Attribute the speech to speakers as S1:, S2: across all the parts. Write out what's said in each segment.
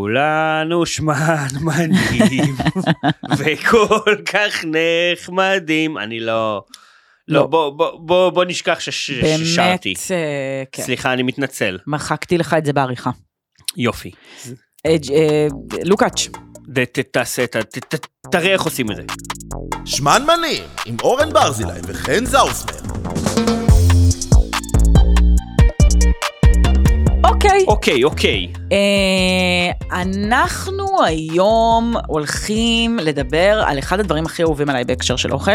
S1: כולנו שמנמנים וכל כך נחמדים. אני לא... לא,
S2: לא.
S1: בוא, בוא, בוא, בוא נשכח שש-
S2: באמת,
S1: ששרתי.
S2: אה, כן.
S1: סליחה, אני מתנצל.
S2: מחקתי לך את זה בעריכה.
S1: יופי.
S2: אה, ג'- אה, לוקאץ',
S1: ת- ת- תעשה את ה... ת- ת- תראה איך עושים את זה.
S3: שמנמנים, עם אורן ברזילי וחן זאוסמן.
S2: אוקיי,
S1: אוקיי, אוקיי.
S2: אה, אנחנו היום הולכים לדבר על אחד הדברים הכי אהובים עליי בהקשר של אוכל,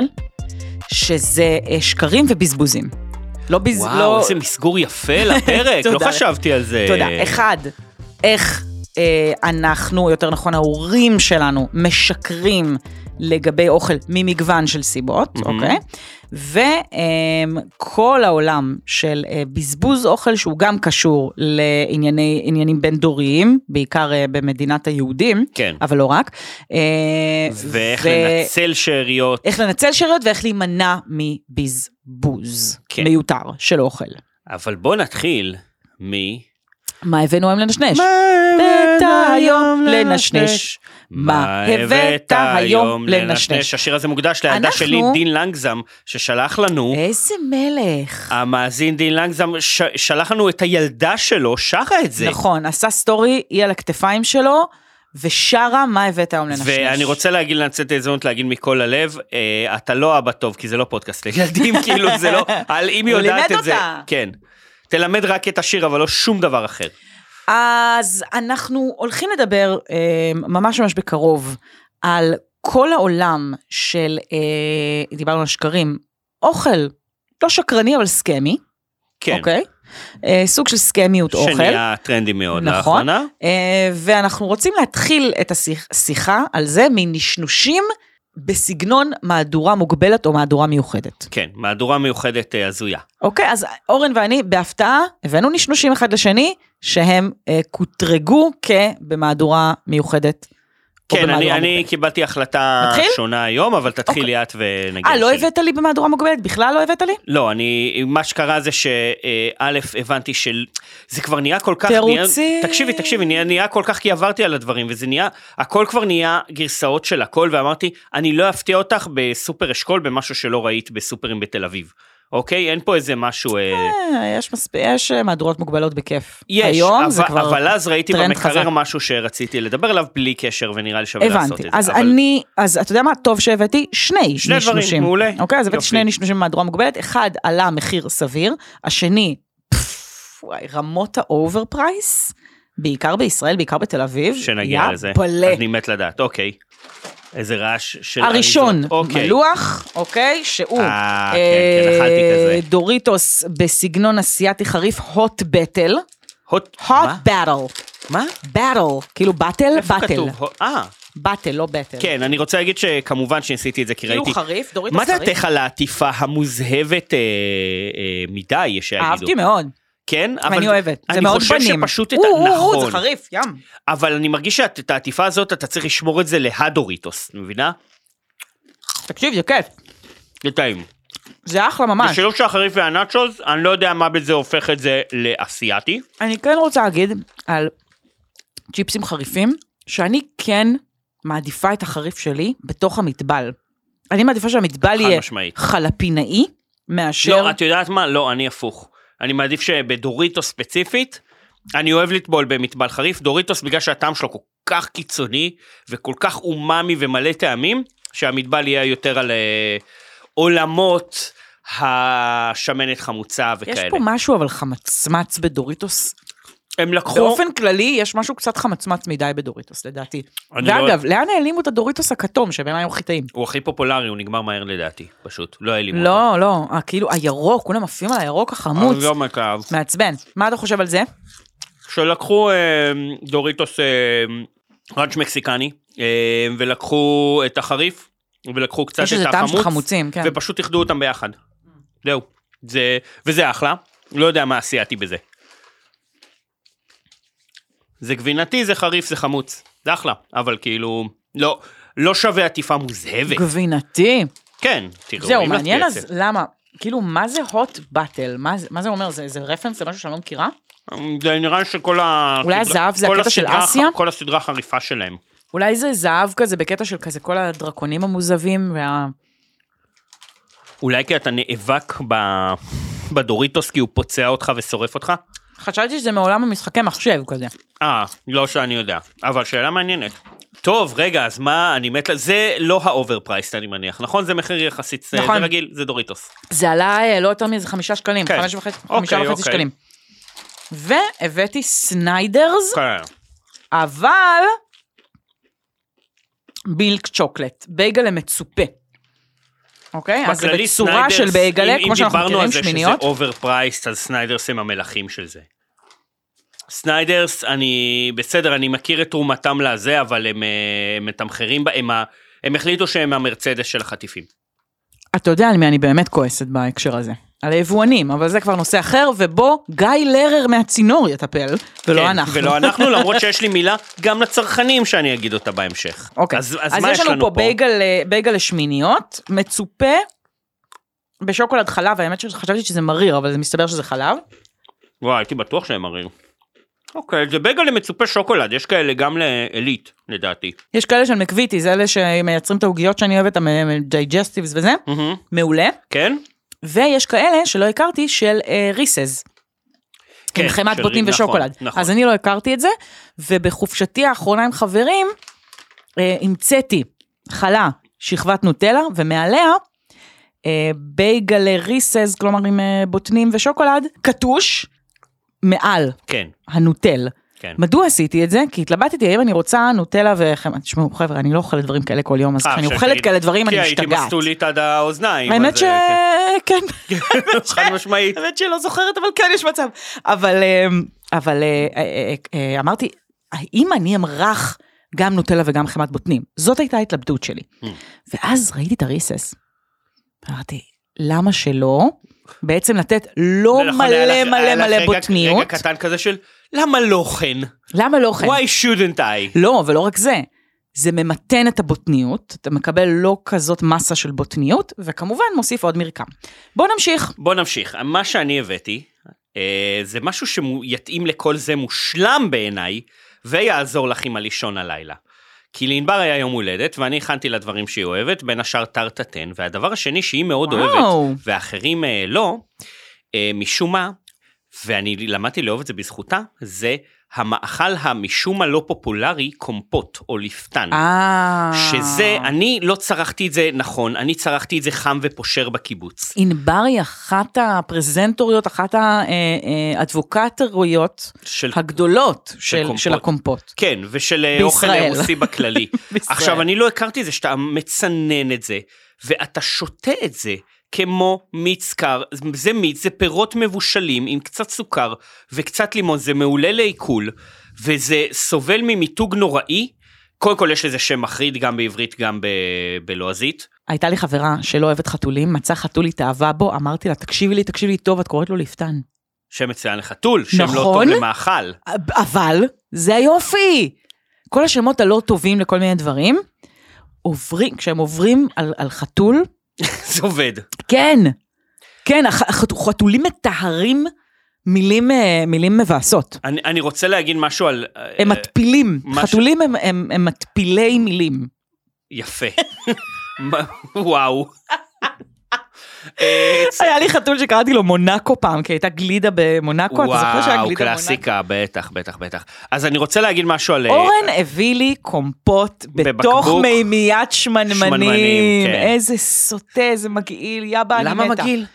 S2: שזה אה, שקרים ובזבוזים. לא בז...
S1: וואו,
S2: לא...
S1: איזה מסגור יפה לפרק, לא
S2: תודה.
S1: חשבתי על זה.
S2: תודה. אחד, איך אה, אנחנו, יותר נכון ההורים שלנו, משקרים לגבי אוכל ממגוון של סיבות, אוקיי? וכל העולם של אה, בזבוז אוכל שהוא גם קשור לעניינים בין דוריים, בעיקר אה, במדינת היהודים,
S1: כן.
S2: אבל לא רק. אה,
S1: ואיך
S2: ו-
S1: לנצל שאריות.
S2: איך לנצל שאריות ואיך להימנע מבזבוז
S1: כן.
S2: מיותר של אוכל.
S1: אבל בוא נתחיל מ...
S2: מה הבאנו היום לנשנש? הבאת היום לנשנש? מה הבאת היום לנשנש?
S1: השיר הזה מוקדש לילדה
S2: אנחנו-
S1: שלי, דין לנגזם, ששלח לנו,
S2: איזה מלך.
S1: המאזין דין לנגזם, ש- שלח לנו את הילדה שלו, שרה את זה.
S2: נכון, עשה סטורי, היא על הכתפיים שלו, ושרה מה הבאת היום לנשנש.
S1: ואני רוצה להגיד, לנצל את ההזדמנות להגיד מכל הלב, אה, אתה לא אבא טוב, כי זה לא פודקאסט לילדים, כאילו זה לא, על אם היא
S2: הוא
S1: יודעת
S2: לימד
S1: את זה,
S2: אותה.
S1: כן. תלמד רק את השיר, אבל לא שום דבר אחר.
S2: אז אנחנו הולכים לדבר אה, ממש ממש בקרוב על כל העולם של, אה, דיברנו על שקרים, אוכל, לא שקרני אבל סכמי,
S1: כן,
S2: אוקיי? אה, סוג של סכמיות אוכל.
S1: שנהיה טרנדי מאוד
S2: נכון.
S1: לאחרונה.
S2: אה, ואנחנו רוצים להתחיל את השיחה על זה מנשנושים בסגנון מהדורה מוגבלת או מהדורה מיוחדת.
S1: כן, מהדורה מיוחדת אה, הזויה.
S2: אוקיי, אז אורן ואני בהפתעה הבאנו נשנושים אחד לשני, שהם אה, קוטרגו כבמהדורה מיוחדת. או
S1: כן, אני,
S2: במהדורה
S1: אני
S2: מוגבלת.
S1: קיבלתי החלטה
S2: נתחיל?
S1: שונה היום, אבל תתחילי את ונגיד.
S2: אה, לא
S1: שלי.
S2: הבאת לי במהדורה מוגבלת? בכלל לא הבאת לי?
S1: לא, אני, מה שקרה זה שא', הבנתי של... זה כבר נהיה כל כך...
S2: תירוצים.
S1: נהיה, תקשיבי, תקשיבי, נהיה, נהיה כל כך כי עברתי על הדברים, וזה נהיה, הכל כבר נהיה גרסאות של הכל, ואמרתי, אני לא אפתיע אותך בסופר אשכול, במשהו שלא ראית בסופרים בתל אביב. אוקיי? אין פה איזה משהו... אה,
S2: אה, יש מספיק, יש אה, מהדורות מוגבלות בכיף.
S1: יש,
S2: היום
S1: אבל,
S2: זה כבר...
S1: אבל אז ראיתי
S2: טרנד
S1: במקרר
S2: חזק.
S1: משהו שרציתי לדבר עליו בלי קשר, ונראה לי שווה לעשות את
S2: הבנתי,
S1: זה.
S2: אז
S1: אבל-
S2: אני, אז אתה יודע מה, טוב שהבאתי שני
S1: שני דברים,
S2: נשנושים.
S1: מעולה.
S2: אוקיי, אז הבאתי
S1: יופי.
S2: שני נשנושים מהדורה מוגבלת, אחד עלה מחיר סביר, השני, פפפ, וואי, רמות האובר פרייס, בעיקר בישראל, בעיקר בתל אביב.
S1: שנגיע
S2: יא
S1: לזה.
S2: בלה.
S1: אני מת לדעת, אוקיי. איזה רעש של
S2: הראשון,
S1: אריזות. אוקיי.
S2: מלוח, אוקיי, שהוא
S1: אה, כן, כן, אכלתי
S2: אה,
S1: כזה.
S2: דוריטוס בסגנון אסיאתי חריף, hot battle,
S1: הוט, מה?
S2: hot battle,
S1: מה?
S2: battle, כאילו באטל,
S1: איפה
S2: באטל,
S1: כתוב? הו- אה,
S2: באטל, לא באטל.
S1: כן, אני רוצה להגיד שכמובן שניסיתי את זה כי
S2: כאילו
S1: ראיתי...
S2: חריף, דוריטוס
S1: מה
S2: חריף.
S1: דעתך על העטיפה המוזהבת אה, אה, מדי, יש שיגידו?
S2: אהבתי מאוד.
S1: כן, אבל...
S2: אני אוהבת, זה
S1: אני
S2: מאוד
S1: חושב
S2: בנים.
S1: שפשוט את...
S2: או, או, או,
S1: נכון.
S2: זה חריף, ים.
S1: אבל אני מרגיש שאת את העטיפה הזאת, אתה צריך לשמור את זה להדוריטוס, את מבינה?
S2: תקשיב, זה כיף,
S1: זה טעים.
S2: זה אחלה ממש.
S1: בשילוב של החריף והנאצ'וז, אני לא יודע מה בזה הופך את זה לאסייתי.
S2: אני כן רוצה להגיד על צ'יפסים חריפים, שאני כן מעדיפה את החריף שלי בתוך המטבל. אני מעדיפה שהמטבל
S1: חד
S2: יהיה
S1: משמעית.
S2: חלפינאי, מאשר...
S1: לא, את יודעת מה? לא, אני הפוך. אני מעדיף שבדוריטוס ספציפית, אני אוהב לטבול במטבל חריף. דוריטוס, בגלל שהטעם שלו כל כך קיצוני, וכל כך אומאמי ומלא טעמים, שהמטבל יהיה יותר על אה, עולמות השמנת חמוצה
S2: יש
S1: וכאלה.
S2: פה משהו אבל חמצמץ בדוריטוס.
S1: הם לקחו...
S2: באופן כללי, יש משהו קצת חמצמץ מדי בדוריטוס, לדעתי.
S1: אני לא-
S2: ואגב, לאן העלימו את הדוריטוס הכתום, שבעיניי הוא הכי טעים?
S1: הוא הכי פופולרי, הוא נגמר מהר לדעתי, פשוט. לא העלימו אותו.
S2: לא, לא, אה, כאילו הירוק, כולם עפים על הירוק החמוץ.
S1: אני לא מקו.
S2: מעצבן. מה אתה חושב על זה?
S1: שלקחו אה, דוריטוס אה, ראנץ' מקסיקני, אה, ולקחו את החריף, ולקחו קצת
S2: יש איזה
S1: את
S2: טעם של
S1: החמוץ,
S2: חמוצים, כן.
S1: ופשוט איחדו אותם ביחד. זהו. זה, וזה אחלה, לא יודע מה עשייתי בזה. זה גבינתי, זה חריף, זה חמוץ. זה אחלה, אבל כאילו, לא, לא שווה עטיפה מוזהבת.
S2: גבינתי.
S1: כן, תראו,
S2: זהו,
S1: אם לך
S2: מעניין
S1: תהיה את
S2: אז
S1: זה.
S2: למה? כאילו, מה זה hot battle? מה זה- מה זה אומר? זה זה רפרנס למשהו שאני לא מכירה?
S1: זה נראה לי שכל ה...
S2: אולי הזהב זה
S1: כל
S2: הקטע של
S1: הסדרה-
S2: אסיה?
S1: כל הסדרה החריפה שלהם.
S2: אולי זה זהב כזה בקטע של כזה כל הדרקונים המוזבים וה...
S1: אולי כי אתה נאבק ב... בדוריטוס כי הוא פוצע אותך ושורף אותך?
S2: חשבתי שזה מעולם המשחקי מחשב כזה.
S1: אה, לא שאני יודע. אבל שאלה מעניינת. טוב, רגע, אז מה, אני מת... ל- זה לא האובר פרייסט, אני מניח, נכון? זה מחיר יחסית, זה-
S2: נכון.
S1: זה רגיל, זה דוריטוס.
S2: זה עלה אה, לא יותר מאיזה חמישה שקלים,
S1: כן.
S2: חמש וחצי,
S1: אוקיי,
S2: חמישה וחצי
S1: אוקיי.
S2: שקלים. והבאתי סניידרס,
S1: כן.
S2: אבל בילק צ'וקלט, בייגלה מצופה. אוקיי? אז זה
S1: בכללי,
S2: בצורה
S1: סניידרס,
S2: של בייגלה,
S1: אם-
S2: כמו שאנחנו
S1: אם
S2: מכירים
S1: דיברנו על
S2: שמיניות.
S1: זה שזה אובר פרייסט, אז סניידרס הם המלכים של זה. סניידרס, אני, בסדר, אני מכיר את תרומתם לזה, אבל הם אה, מתמחרים, בה- הם, ה- הם החליטו שהם המרצדס של החטיפים.
S2: אתה יודע על מי אני באמת כועסת בהקשר הזה. על היבואנים, אבל זה כבר נושא אחר, ובו גיא לרר מהצינור יטפל, ולא
S1: כן,
S2: אנחנו.
S1: ולא אנחנו, למרות שיש לי מילה גם לצרכנים שאני אגיד אותה בהמשך.
S2: אוקיי,
S1: אז, אז, מה
S2: יש לנו פה בייגל, אה, בייגל לשמיניות, מצופה בשוקולד חלב, האמת שחשבתי שזה מריר, אבל זה מסתבר שזה חלב.
S1: וואי, הייתי בטוח שהם מראים. אוקיי, זה בייגל למצופה שוקולד, יש כאלה גם לעילית, לדעתי.
S2: יש כאלה של מקוויטי, זה אלה שמייצרים את העוגיות שאני אוהבת, הדייג'סטיבס וזה,
S1: מהמם.
S2: מעולה.
S1: כן?
S2: ויש כאלה שלא הכרתי של אה, ריסז.
S1: כן,
S2: עם חמת
S1: של-
S2: בוטנים
S1: נכון,
S2: ושוקולד.
S1: נכון.
S2: אז אני לא הכרתי את זה, ובחופשתי האחרונה עם חברים, אה, המצאתי חלה, שכבת נוטלה, ומעליה אה, בייגל ריסז, כלומר עם אה, בוטנים ושוקולד, קטוש, מעל
S1: כן,
S2: הנוטל.
S1: כן.
S2: מדוע עשיתי את זה? כי התלבטתי האם אני רוצה נוטלה וחמאה. תשמעו חבר'ה, אני לא אוכלת דברים כאלה כל יום, אז
S1: אה,
S2: כשאני
S1: עכשיו
S2: אוכלת
S1: שהייתי-
S2: כאלה דברים אני
S1: כי הייתי
S2: משתגעת.
S1: מסטולית עד האוזניים.
S2: האמת
S1: אז,
S2: ש...
S1: אה,
S2: כן.
S1: כן. חד משמעית.
S2: האמת שלא זוכרת, אבל כן יש מצב. אבל, אמ, אבל אה, אה, אה, אה, אמרתי, האם אני אמרח גם נוטלה וגם חמת בוטנים? זאת הייתה ההתלבטות שלי.
S1: Hmm.
S2: ואז ראיתי את הריסס. אמרתי, למה שלא? בעצם לתת לא
S1: ונכון, היה
S2: מלא
S1: לך- היה
S2: מלא
S1: לך
S2: מלא
S1: רגע-
S2: בוטניות.
S1: רגע קטן כזה של למה לא חן?
S2: למה לא חן?
S1: Why shouldn't I?
S2: לא, ולא רק זה. זה ממתן את הבוטניות, אתה מקבל לא כזאת מסה של בוטניות, וכמובן מוסיף עוד מרקם. בוא נמשיך.
S1: בוא נמשיך. מה שאני הבאתי, אה, זה משהו שיתאים לכל זה מושלם בעיניי, ויעזור לך עם הלישון הלילה. כי לענבר היה יום הולדת, ואני הכנתי לה דברים שהיא אוהבת, בין השאר טרטטן, והדבר השני שהיא מאוד
S2: וואו.
S1: אוהבת, ואחרים אה, לא, אה, משום מה, ואני למדתי לאהוב את זה בזכותה, זה המאכל המשום מה לא פופולרי, קומפוט או לפתן.
S2: אה...
S1: שזה, אני לא צרכתי את זה נכון, אני צרכתי את זה חם ופושר בקיבוץ.
S2: ענבר היא אחת הפרזנטוריות, אחת אה, האדבוקטוריות
S1: של...
S2: הגדולות של,
S1: קומפוט.
S2: של הקומפות.
S1: כן, ושל אה, אוכל
S2: בישראל.
S1: רוסי בכללי.
S2: בישראל.
S1: עכשיו, אני לא הכרתי את זה שאתה מצנן את זה, ואתה שותה את זה כמו מיץ קר, זה מיץ, זה פירות מבושלים עם קצת סוכר וקצת לימון, זה מעולה לעיכול, וזה סובל ממיתוג נוראי. קודם כל יש לזה שם מחריד גם בעברית, גם ב- בלועזית.
S2: הייתה לי חברה שלא אוהבת חתולים, מצאה חתול, התאהבה בו, אמרתי לה, תקשיבי לי, תקשיבי לי טוב, את קוראת לו לפתן.
S1: שם מצוין לחתול, שם לא טוב
S2: נכון.
S1: למאכל.
S2: אבל, זה היופי! כל השמות הלא טובים לכל מיני דברים, עוברים, כשהם עוברים על, על חתול,
S1: זה עובד.
S2: כן, כן, הח, החת- חתולים מטהרים מילים, אה, מילים מבאסות.
S1: אני, אני רוצה להגיד משהו על...
S2: הם
S1: אה,
S2: מטפילים,
S1: מה ש-
S2: חתולים הם, הם, הם מטפילי מילים.
S1: יפה. מה- וואו. אה,
S2: היה לי חתול שקראתי לו מונאקו פעם, כי הייתה גלידה במונאקו, אתה זוכר שהיה
S1: וואו,
S2: גלידה
S1: קלאסיקה, בטח, בטח, בטח. אז אני רוצה להגיד משהו על... אה,
S2: במונאקו? אורן הביא לי קומפוט בתוך
S1: בבקבוק.
S2: מימיית שמנמנים.
S1: שמנמנים, כן.
S2: איזה סוטה, איזה מגעיל, יאבה, אני מתה.
S1: למה מגעיל?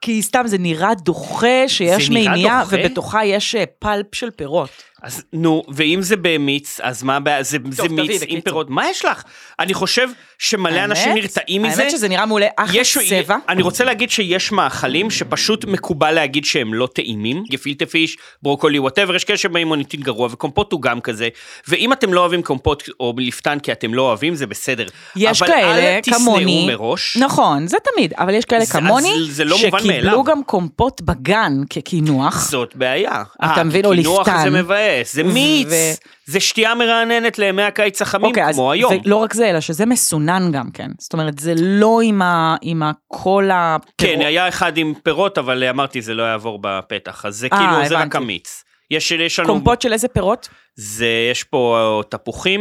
S2: כי סתם זה נראה דוחה שיש
S1: זה נראה
S2: מימייה,
S1: דוחה?
S2: ובתוכה יש אה, פלפ של פירות.
S1: אז נו, ואם זה במיץ, אז מה הבעיה? זה זה
S2: תביא,
S1: מיץ
S2: בקיצור.
S1: עם פירות. מה יש לך? אני חושב שמלא אנשים
S2: האמת?
S1: נרתעים מזה.
S2: האמת שזה נראה מעולה, אחלה
S1: יש,
S2: צבע.
S1: אני רוצה להגיד שיש מאכלים שפשוט מקובל להגיד שהם לא טעימים, גפילטה פיש, ברוקולי, וואטאבר, יש כאלה שבאים מוניטין גרוע, וקומפוט הוא גם כזה, ואם אתם לא אוהבים קומפוט או לפתן כי אתם לא אוהבים, זה בסדר.
S2: יש
S1: אבל
S2: כאלה
S1: אל
S2: כמוני,
S1: תשנאו מראש.
S2: נכון, זה תמיד, אבל יש כאלה
S1: זה-
S2: כמוני,
S1: אז זה לא מובן
S2: שקיבלו
S1: מאליו.
S2: גם קומפוט בגן כקינוח,
S1: זאת בעיה.
S2: אתה מבין, או
S1: קינוח
S2: לפתן.
S1: זה מבאס, זה מיץ,
S2: ו-
S1: זה שתייה מרעננת לימי הקיץ החמים,
S2: אוקיי, אז
S1: כמו היום.
S2: לא רק זה, אלא שזה מסונן גם כן. זאת אומרת, זה לא עם, ה, עם ה, כל הפירות.
S1: כן, היה אחד עם פירות, אבל אמרתי, זה לא יעבור בפתח, אז זה
S2: אה,
S1: כאילו, זה רק
S2: הבנתי.
S1: המיץ. יש, יש לנו...
S2: קומפוט של איזה פירות?
S1: זה, יש פה תפוחים,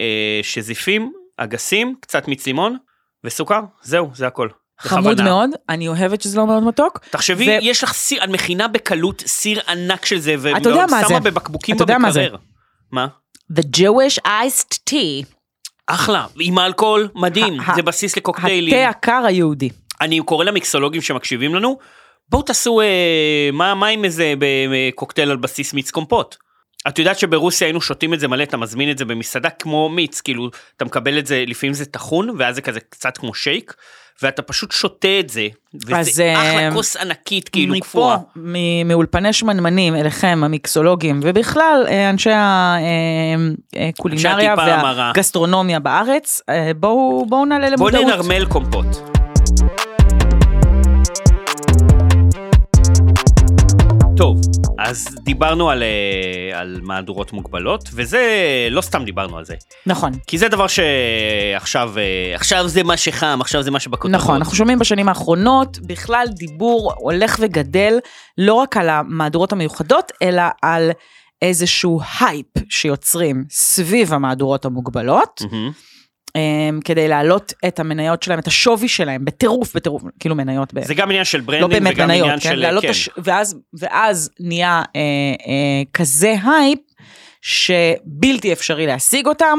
S1: אה, שזיפים, אגסים, קצת מיץ לימון וסוכר, זהו, זה הכל.
S2: חמוד
S1: בכוונה.
S2: מאוד, אני אוהבת שזה לא מאוד מתוק.
S1: תחשבי,
S2: ו-
S1: ו... יש לך סיר, את מכינה בקלות סיר ענק של זה,
S2: אתה יודע מה
S1: שמה
S2: זה.
S1: בבקבוקים
S2: אתה יודע מה זה.
S1: בבקרר. מה?
S2: The Jewish iced tea.
S1: אחלה, עם האלכוהול, מדהים,
S2: ה- ה-
S1: זה בסיס לקוקטיילים.
S2: התה הקר היהודי.
S1: אני קורא למיקסולוגים שמקשיבים לנו, בואו תעשו אה, מה, מה עם איזה אה, קוקטייל על בסיס מיץ קומפוט. את יודעת שברוסיה היינו שותים את זה מלא, אתה מזמין את זה במסעדה כמו מיץ, כאילו, אתה מקבל את זה, לפעמים זה טחון, ואז זה כזה קצת כמו שייק, ואתה פשוט שותה את זה, וזה
S2: אז,
S1: אחלה
S2: אה,
S1: כוס ענקית, כאילו,
S2: מפה,
S1: קפואה.
S2: מ- מאולפני שמנמנים אליכם, המיקסולוגים, ובכלל אה, אנשי
S1: אנשי
S2: הקולינריה
S1: הטיפה המרה.
S2: והגסטרונומיה בארץ, אה, בואו בואו נעלה
S1: בוא
S2: למודעות.
S1: ננרמל קומפוט. טוב, אז דיברנו על, אה, על מהדורות מוגבלות, וזה, לא סתם דיברנו על זה.
S2: נכון.
S1: כי זה דבר שעכשיו, אה, עכשיו זה מה שחם, עכשיו זה מה שבכותרות.
S2: נכון, אנחנו שומעים בשנים האחרונות בכלל דיבור הולך וגדל לא רק על המהדורות המיוחדות, אלא על איזשהו הייפ שיוצרים סביב המהדורות המוגבלות,
S1: מהמם.
S2: אמ, כדי להעלות את המניות שלהם, את השווי שלהם, בטירוף, בטירוף, כאילו מניות. ב-
S1: זה גם עניין של
S2: לא
S1: ברנדינג,
S2: באמת
S1: וגם
S2: מניות,
S1: עניין
S2: כן?
S1: של...
S2: להעלות את הש... ואז, ואז נהיה אה, אה, כזה הייפ, שבלתי אפשרי להשיג אותם.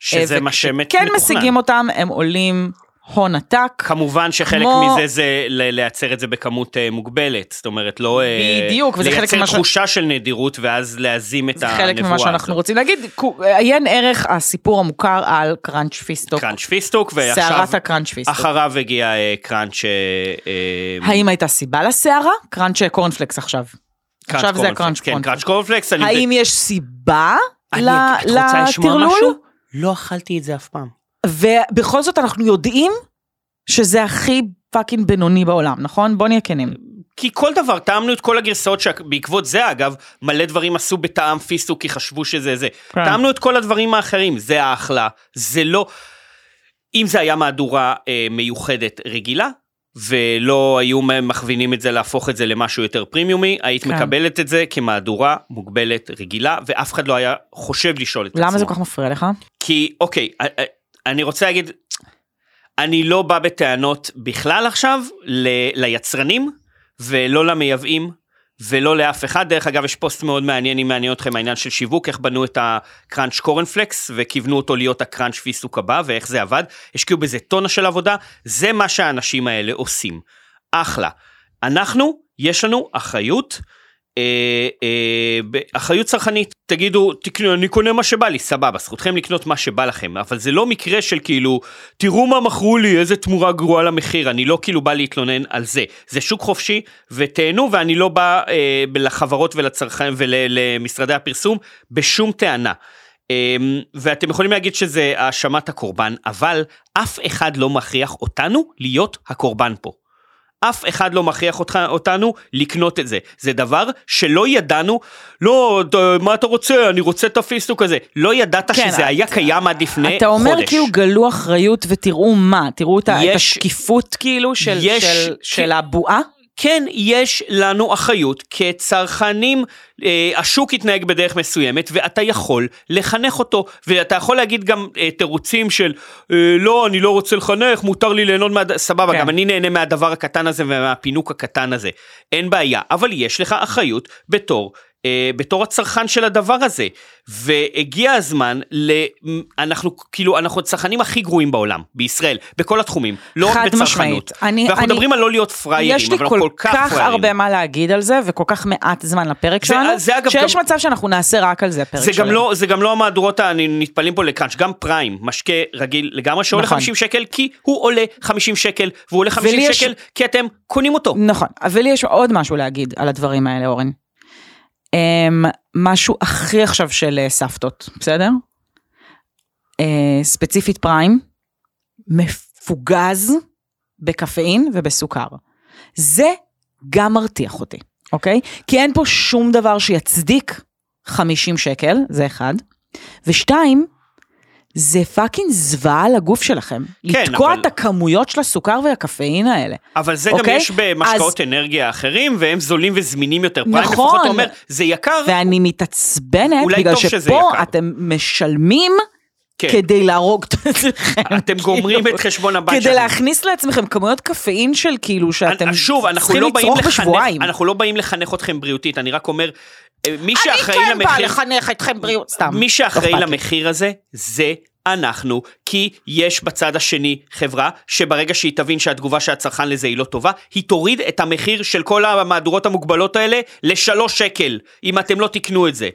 S1: שזה
S2: אה,
S1: מה שמת-
S2: וכשכן
S1: מתוכנן.
S2: משיגים אותם, הם עולים הון עתק.
S1: כמובן שחלק
S2: כמו-
S1: מזה זה ל- לייצר את זה בכמות אה, מוגבלת, זאת אומרת לא... אה,
S2: בדיוק, וזה חלק ממה ש-
S1: לייצר תחושה של נדירות ואז להזים את
S2: זה
S1: הנבואה
S2: חלק ממה שאנחנו
S1: הזאת.
S2: רוצים להגיד. כו- עיין ערך הסיפור המוכר על קראנץ' פיסטוק.
S1: קראנץ' פיסטוק, ועכשיו
S2: סערת הקראנץ' פיסטוק.
S1: אחריו הגיע אה, קראנץ'... אה, אה,
S2: האם הייתה סיבה לסערה? קראנץ' קורנפלקס עכשיו.
S1: קראנץ'
S2: עכשיו זה
S1: קורנפלקס.
S2: הקראנץ'
S1: כן,
S2: קורנפלקס.
S1: קראנץ' קורנפלקס. אני-
S2: האם יש סיבה
S1: אני-
S2: ל-
S1: את רוצה לשמוע
S2: לטרלול?
S1: משהו? לא אכלתי את זה אף פעם.
S2: ובכל זאת אנחנו יודעים שזה הכי פאקינג בינוני בעולם, נכון? בוא נהיה כנים.
S1: כי כל דבר, טעמנו את כל הגרסאות, שבעקבות זה אגב, מלא דברים עשו בטעם פיסטוק כי חשבו שזה זה.
S2: כן.
S1: טעמנו את כל הדברים האחרים, זה האחלה, זה לא... אם זה היה מהדורה אה, מיוחדת רגילה, ולא היו מכווינים את זה להפוך את זה למשהו יותר פרימיומי, היית
S2: כן.
S1: מקבלת את זה כמהדורה מוגבלת רגילה, ואף אחד לא היה חושב לשאול את עצמו.
S2: למה זה כל כך מפריע לך?
S1: כי אוקיי, א- א- אני רוצה להגיד, אני לא בא בטענות בכלל עכשיו ל- ליצרנים ולא למייבאים. ולא לאף אחד, דרך אגב יש פוסט מאוד מעניין אם מעניין אתכם העניין של שיווק, איך בנו את הקראנץ' קורנפלקס וכיוונו אותו להיות הקראנץ' פיסוק הבא ואיך זה עבד, השקיעו בזה טונה של עבודה, זה מה שהאנשים האלה עושים, אחלה. אנחנו, יש לנו אחריות אה, אה, באחריות צרכנית. תגידו, תקנו, אני קונה מה שבא לי, סבבה, זכותכם לקנות מה שבא לכם, אבל זה לא מקרה של כאילו, תראו מה מכרו לי, איזה תמורה גרועה למחיר, אני לא כאילו בא להתלונן על זה. זה שוק חופשי, ותהנו, ואני לא בא אה, ב- לחברות ולצרכנים ולמשרדי הפרסום בשום טענה. אה, ואתם יכולים להגיד שזה האשמת הקורבן, אבל אף אחד לא מכריח אותנו להיות הקורבן פה. אף אחד לא מכריח אותך, אותנו לקנות את זה. זה דבר שלא ידענו, לא, ד- מה אתה רוצה, אני רוצה את הפיסטוק הזה. לא ידעת
S2: כן,
S1: שזה
S2: את-
S1: היה קיים עד לפני חודש.
S2: אתה אומר כאילו גלו אחריות ותראו מה, תראו את ה- את
S1: יש-
S2: השקיפות כאילו של-
S1: יש-
S2: של- של הבועה?
S1: כן, יש לנו אחריות כצרכנים, אה, השוק יתנהג בדרך מסוימת ואתה יכול לחנך אותו, ואתה יכול להגיד גם אה, תירוצים של אה, לא, אני לא רוצה לחנך, מותר לי ליהנות מה... סבבה,
S2: כן.
S1: כן. גם אני נהנה מהדבר הקטן הזה ומהפינוק הקטן הזה, אין בעיה, אבל יש לך אחריות בתור. אה, בתור הצרכן של הדבר הזה, והגיע הזמן, ל... אנחנו כאילו, אנחנו הצרכנים הכי גרועים בעולם, בישראל, בכל התחומים, לא רק
S2: חד
S1: בצרכנות.
S2: משמעית. אני-
S1: ואנחנו
S2: אני-
S1: מדברים על לא להיות פראיירים,
S2: יש לי
S1: אבל אנחנו
S2: כל כך
S1: פראיירים.
S2: הרבה מה להגיד על זה, וכל כך מעט זמן לפרק
S1: זה-
S2: שלנו,
S1: זה אגב
S2: שיש
S1: גם-
S2: מצב שאנחנו נעשה רק על זה פרק
S1: זה
S2: שלם.
S1: גם, לא, זה גם לא המהדורות, ה- אני נטפלים פה לקראנץ', גם פריים, משקה רגיל לגמרי שעולה
S2: נכון.
S1: 50 שקל, כי הוא עולה 50 שקל, והוא עולה 50
S2: ולי יש-
S1: שקל, כי אתם קונים אותו.
S2: נכון, אבל לי יש עוד משהו להגיד על הדברים האלה, אורן. אמ, משהו הכי עכשיו של אה, סבתות, בסדר? אה, ספציפית פריים, מפוגז בקפאין ובסוכר. זה גם מרתיח אותי, אוקיי? כי אין פה שום דבר שיצדיק 50 שקל, זה אחד. ושתיים, זה פאקינג זוועה לגוף שלכם.
S1: כן,
S2: לתקוע
S1: אבל-
S2: את הכמויות של הסוכר והקפאין האלה.
S1: אבל זה גם
S2: אוקיי?
S1: יש במשקאות אנרגיה אחרים, והם זולים וזמינים יותר. פריים
S2: נכון.
S1: לפחות אומר, זה יקר,
S2: ואני מתעצבנת,
S1: אולי
S2: בגלל
S1: טוב שזה
S2: שפה
S1: יקר.
S2: אתם משלמים
S1: כן.
S2: כדי להרוג את עצמכם.
S1: אתם גומרים את חשבון הבנק
S2: כדי
S1: שלכם.
S2: להכניס לעצמכם כמויות קפאין של כאילו שאתם
S1: שוב, אנחנו
S2: צריכים
S1: לא, באים
S2: לצרוך
S1: לחנך,
S2: בשבועיים.
S1: אנחנו לא באים לחנך אתכם בריאותית, אני רק אומר, אה, מי שאחראי
S2: אני כן באה
S1: למחיר,
S2: לחנך אתכם בריאות, סתם.
S1: מי שאחראי
S2: לא אכפת לי.
S1: למחיר הזה, זה אנחנו, כי יש בצד השני חברה שברגע שהיא תבין שהתגובה של הצרכן לזה היא לא טובה, היא תוריד את המחיר של כל המהדורות המוגבלות האלה לשלוש שקל, אם אתם לא תקנו את זה.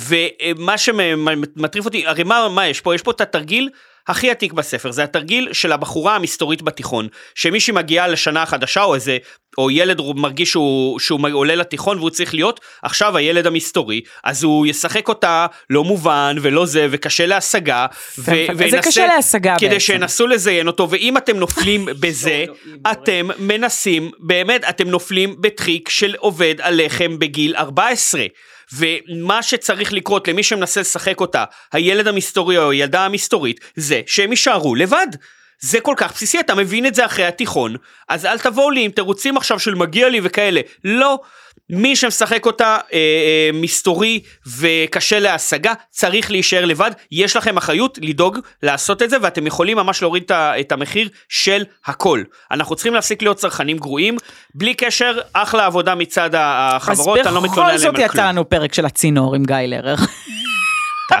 S1: ומה שמטריף אותי, הרי מה, מה יש פה? יש פה את התרגיל. הכי עתיק בספר זה התרגיל של הבחורה המסתורית בתיכון שמישהי מגיעה לשנה החדשה או איזה או ילד הוא מרגיש שהוא, שהוא מ- עולה לתיכון והוא צריך להיות עכשיו הילד המסתורי אז הוא ישחק אותה לא מובן ולא זה וקשה להשגה ו-
S2: זה קשה להשגה
S1: כדי
S2: בעצם.
S1: שינסו לזיין אותו ואם אתם נופלים בזה אתם מנסים באמת אתם נופלים בטריק של עובד עליכם בגיל 14. ומה שצריך לקרות למי שמנסה לשחק אותה, הילד המסתורי או הילדה המסתורית, זה שהם יישארו לבד. זה כל כך בסיסי, אתה מבין את זה אחרי התיכון, אז אל תבואו לי עם תירוצים עכשיו של מגיע לי וכאלה. לא, מי שמשחק אותה אה, אה, מסתורי וקשה להשגה, צריך להישאר לבד. יש לכם אחריות לדאוג לעשות את זה, ואתם יכולים ממש להוריד את ה- את המחיר של הכל. אנחנו צריכים להפסיק להיות צרכנים גרועים, בלי קשר, אחלה עבודה מצד ה- החברות, אני לא מתלונן עליהם
S2: אז בכל
S1: על
S2: זאת יצא
S1: כלום.
S2: לנו פרק של הצינור עם גיא לרר.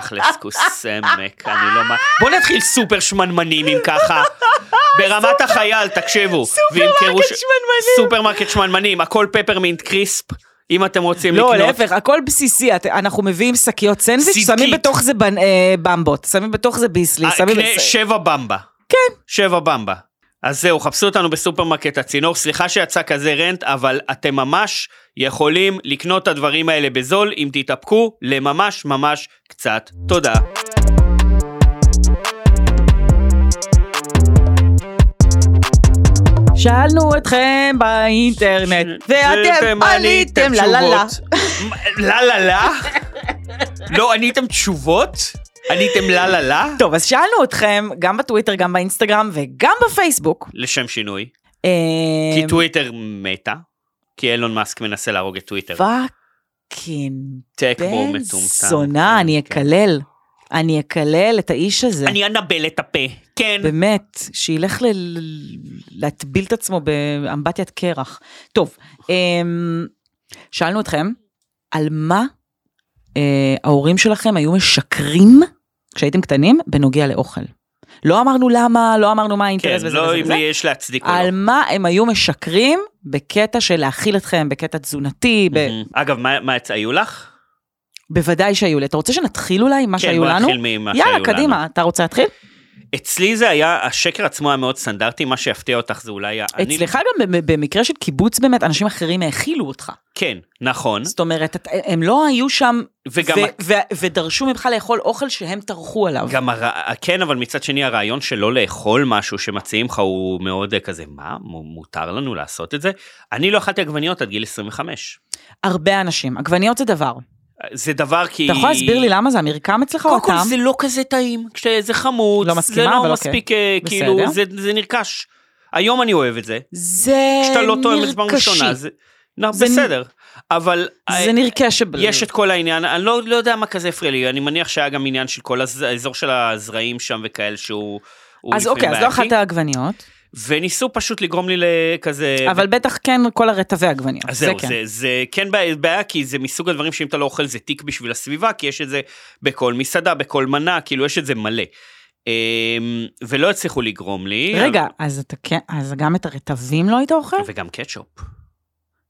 S1: תכלס, קוסמק, אני לא... מה- בוא נתחיל סופר שמנמנים אם ככה. ברמת החייל, תקשיבו.
S2: סופרמרקט
S1: וימכרו ש-
S2: שמנמנים.
S1: סופרמרקט שמנמנים, הכל פפרמינט קריספ, אם אתם רוצים לקנות.
S2: לא, להפך, הכל בסיסי, את- אנחנו מביאים שקיות סנדוויץ',
S1: סידית.
S2: שמים בתוך זה בנ- אה, במבות, שמים בתוך זה ביסלי,
S1: אה,
S2: שמים...
S1: קנה
S2: בזה-
S1: שבע במבה.
S2: כן.
S1: שבע במבה. אז זהו, חפשו אותנו בסופרמרקט הצינור, סליחה שיצא כזה רנט, אבל אתם ממש יכולים לקנות את הדברים האלה בזול, אם תתאפקו לממש ממש קצת. תודה.
S2: שאלנו אתכם באינטרנט, ואתם עליתם לה לה לה.
S1: לה לה לה? לא עניתם תשובות? עניתם לה לה לה?
S2: טוב, אז שאלנו אתכם, גם בטוויטר, גם באינסטגרם וגם בפייסבוק.
S1: לשם שינוי.
S2: אה,
S1: כי טוויטר מתה. כי אילון מאסק מנסה להרוג את טוויטר.
S2: פאקינג
S1: טק בו
S2: בן
S1: מטומטם.
S2: זונה,
S1: כן,
S2: אני
S1: כן.
S2: אקלל. אני אקלל את האיש הזה.
S1: אני אנבל את הפה. כן.
S2: באמת, שילך ל... ל- להטביל את עצמו באמבטיית קרח. טוב, אמ, שאלנו אתכם, על מה אה, ההורים שלכם היו משקרים כשהייתם קטנים בנוגע לאוכל? לא אמרנו למה, לא אמרנו מה
S1: כן,
S2: האינטרס וזה
S1: לא
S2: וזה
S1: אם
S2: וזה.
S1: יש להצדיק או
S2: על
S1: לא.
S2: מה הם היו משקרים בקטע של להאכיל אתכם, בקטע תזונתי, ב...
S1: מהמם. אגב, מה מה יצא- היו לך?
S2: בוודאי שהיו לי. אתה רוצה שנתחיל אולי עם מה
S1: כן,
S2: שהיו
S1: בוא
S2: לנו?
S1: נתחיל ממה שהיו לנו.
S2: יאללה, קדימה, אתה רוצה להתחיל?
S1: אצלי זה היה, השקר עצמו היה מאוד סטנדרטי, מה שיפתיע אותך זה אולי... ה- אני-
S2: אצלך גם במ- במקרה של קיבוץ באמת, אנשים אחרים האכילו אותך.
S1: כן, נכון.
S2: זאת אומרת, את- הם לא היו שם
S1: וגם
S2: ו-
S1: ה-
S2: ו- ודרשו ממך לאכול אוכל שהם טרחו עליו.
S1: גם הר... כן, אבל מצד שני הרעיון שלא לאכול משהו שמציעים לך הוא מאוד אה, כזה, מה, מ- מותר לנו לעשות את זה? אני לא אכלתי עגבניות עד גיל 25.
S2: הרבה אנשים. עגבניות זה דבר.
S1: אה, זה דבר כי...
S2: אתה יכול להסביר לי למה זה המרקם אצלך או
S1: קודם כל
S2: הטעם?
S1: זה לא כזה טעים, כשזה חמוץ,
S2: לא
S1: זה
S2: מסכימה, אבל
S1: לא
S2: אוקיי.
S1: מספיק, אה,
S2: בסדר.
S1: כאילו, זה, זה נרכש. היום אני אוהב את זה,
S2: זה
S1: כשאתה לא טועם את זה פעם
S2: נרכשי.
S1: ראשונה, זה... לא,
S2: זה נ-
S1: בסדר, אבל...
S2: זה
S1: אה,
S2: נרכש.
S1: יש את כל העניין, אני לא, לא יודע מה כזה הפריע לי, אני מניח שהיה גם עניין של כל הז- האזור של הזרעים שם וכאל שהוא... הוא
S2: אז
S1: לפעמים
S2: אוקיי, אז לא
S1: בעייתי.
S2: אכלת עגבניות,
S1: וניסו פשוט לגרום לי לכזה...
S2: אבל בטח כן כל הרטבי עגבניות.
S1: אה, אז
S2: זה
S1: זהו,
S2: כן.
S1: זה, זה כן בעיה- בעיה, כי זה מסוג הדברים שאם אתה לא אוכל זה תיק בשביל הסביבה, כי יש את זה בכל מסעדה, בכל מנה, כאילו יש את זה מלא. אמ, ולא הצליחו לגרום לי.
S2: רגע, אז אתה כן, אז גם את הרטבים לא היית אוכל?
S1: וגם קטשופ.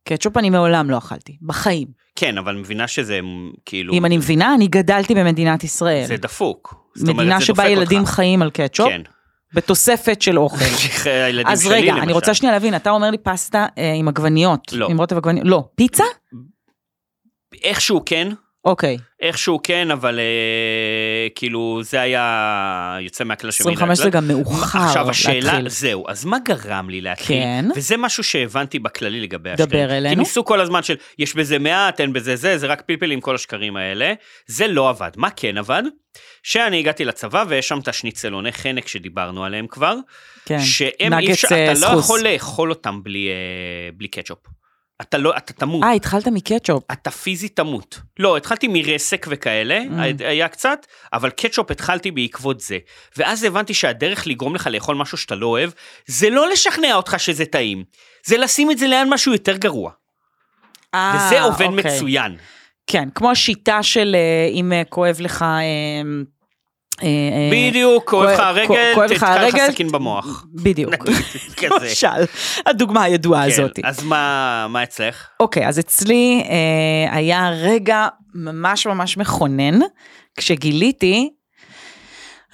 S2: קטשופ אני מעולם לא אכלתי, בחיים.
S1: כן, אבל מבינה שזה מ, כאילו,
S2: אם אני מבינה, אני גדלתי במדינת ישראל.
S1: זה דפוק. זאת אומרת,
S2: מדינה
S1: זה
S2: שבה
S1: דופק
S2: ילדים
S1: אותך.
S2: חיים על קטשופ,
S1: כן.
S2: בתוספת של אוכל.
S1: הילדים
S2: אז
S1: שלי,
S2: רגע, אני
S1: למשל.
S2: רוצה שנייה להבין, אתה אומר לי פסטה אה, עם עגבניות.
S1: לא.
S2: עם רוטב עגבניות. לא. פיצה?
S1: איכשהו כן,
S2: אוקיי,
S1: איכשהו כן, אבל אה, כאילו זה היה יוצא מהכלל שמי
S2: 25 זה גם מאוחר
S1: עכשיו השאלה,
S2: להתחיל.
S1: זהו, אז מה גרם לי להתחיל?
S2: כן.
S1: וזה משהו שהבנתי בכללי לגבי
S2: דבר
S1: השקרים. כי
S2: אלינו.
S1: ניסו כל הזמן של, יש בזה מעט, אין בזה זה, זה רק פלפל עם כל השקרים האלה. זה לא עבד. מה כן עבד? שאני הגעתי לצבא ויש שם את השניצלוני חנק שדיברנו עליהם כבר,
S2: כן.
S1: שהם אי
S2: נגץ,
S1: אפשר,
S2: אה,
S1: אתה לא
S2: סחוס.
S1: יכול לאכול אותם בלי, אה, בלי קטשופ. אתה לא, אתה תמות.
S2: אה, התחלת מקטשופ.
S1: אתה פיזית תמות. לא, התחלתי מרסק וכאלה,
S2: Mm.
S1: היה קצת, אבל קטשופ התחלתי בעקבות זה. ואז הבנתי שהדרך לגרום לך לאכול משהו שאתה לא אוהב, זה לא לשכנע אותך שזה טעים, זה לשים את זה לאן משהו יותר גרוע.
S2: אה,
S1: וזה עובד
S2: אוקיי.
S1: מצוין.
S2: כן, כמו השיטה של אה, אם אה, כואב לך... אה, אה, אה,
S1: בדיוק, כואב לך
S2: כואב-
S1: הרגל,
S2: כואב לך
S1: תתקע לך
S2: הרגל,
S1: סכין במוח.
S2: בדיוק.
S1: כזה.
S2: למשל, הדוגמה הידועה
S1: כן,
S2: הזאת.
S1: אז מה מה אצלך?
S2: אוקיי, אז אצלי אה, היה רגע ממש ממש מכונן, כשגיליתי,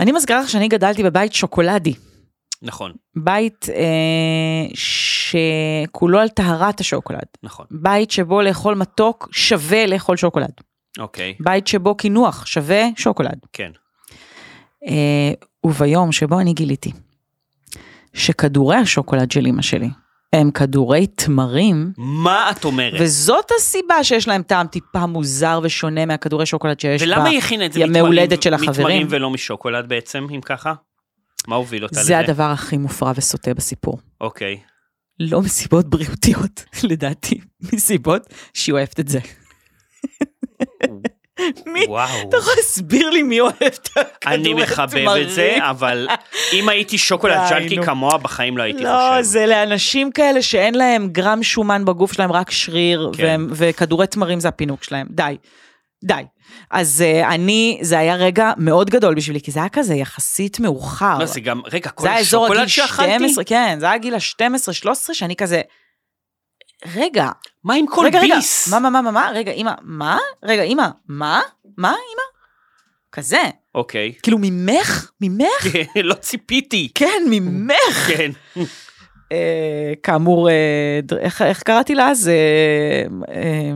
S2: אני מזכירה לך שאני גדלתי בבית שוקולדי,
S1: נכון,
S2: בית אה, שכולו על טהרת השוקולד,
S1: נכון,
S2: בית שבו לאכול מתוק שווה לאכול שוקולד,
S1: אוקיי,
S2: בית שבו קינוח שווה שוקולד.
S1: כן.
S2: אה, וביום שבו אני גיליתי שכדורי השוקולד של אמא שלי הם כדורי תמרים,
S1: מה את אומרת?
S2: וזאת הסיבה שיש להם טעם טיפה מוזר ושונה מהכדורי שוקולד שיש בה.
S1: ולמה היא הכינה את זה
S2: ימי
S1: מתמרים-
S2: הולדת של
S1: מתמרים
S2: החברים?
S1: ולא משוקולד בעצם, אם ככה? מה הוביל אותה לזה?
S2: זה הדבר הכי מופרע וסוטה בסיפור.
S1: אוקיי.
S2: לא מסיבות בריאותיות, לדעתי, מסיבות שהיא אוהבת את זה. מי?
S1: וואו.
S2: אתה יכול להסביר לי מי אוהב את הכדורי
S1: אני מחבב את זה, אבל אם הייתי שוקולד
S2: די,
S1: ג'אנקי
S2: נו.
S1: כמוה בחיים לא הייתי
S2: לא,
S1: חושב.
S2: זה לאנשים כאלה שאין להם גרם שומן בגוף שלהם, רק שריר,
S1: כן.
S2: והם, וכדורי תמרים זה הפינוק שלהם. די. די. אז uh, אני, זה היה רגע מאוד גדול בשבילי, כי זה היה כזה יחסית מאוחר.
S1: לא, זה גם, רגע, כל
S2: זה היה אזור הגיל
S1: השוקולד שאכלתי?
S2: 12, כן, זה היה גיל ה-12-13, שאני כזה, רגע,
S1: מה עם כל
S2: רגע, רגע,
S1: ביס?
S2: מה, מה, מה, מה, מה, רגע, אמא, מה? רגע, אמא, מה? מה, אמא? כזה,
S1: אוקיי.
S2: כאילו ממך, ממך?
S1: לא ציפיתי.
S2: כן, ממך.
S1: כן.
S2: אה, כאמור, אה, דר- איך- איך קראתי לה? זה אה, אה,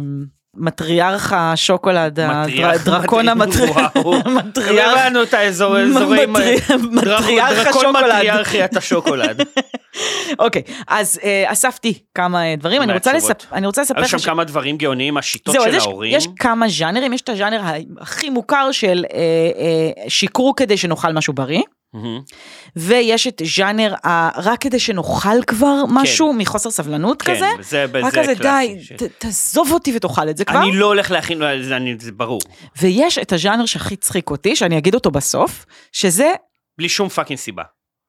S2: מטריארך השוקולד,
S1: מטריח,
S2: הדרקון
S1: מטריח,
S2: המטריארך.
S1: וואו. לא הבנו את האזור, אזורים...
S2: מטריארך
S1: דרקון
S2: השוקולד.
S1: מטריארכיית השוקולד.
S2: אוקיי, אז אה, אספתי כמה אה, דברים, אני רוצה
S1: מהתשובות.
S2: לספ- אני רוצה לספר
S1: היו
S2: לך
S1: שם
S2: ש-
S1: כמה דברים גאוניים, השיטות
S2: זהו, אז
S1: של
S2: יש-
S1: ההורים.
S2: יש כמה ז'אנרים, יש את הז'אנר ה- הכי מוכר של אה, אה, שיקרו כדי שנאכל משהו בריא,
S1: מהמם.
S2: ויש את ז'אנר ה- רק כדי שנאכל כבר משהו מחוסר סבלנות
S1: כן,
S2: כזה.
S1: זה
S2: רק
S1: זה
S2: כזה, די,
S1: קלאסי. ש-
S2: ת- תעזוב אותי ותאכל את זה כבר.
S1: אני לא הולך להכין, לא, זה אני- זה ברור.
S2: ויש את הז'אנר שהכי צחיק אותי, שאני אגיד אותו בסוף, שזה
S1: בלי שום פאקינג סיבה.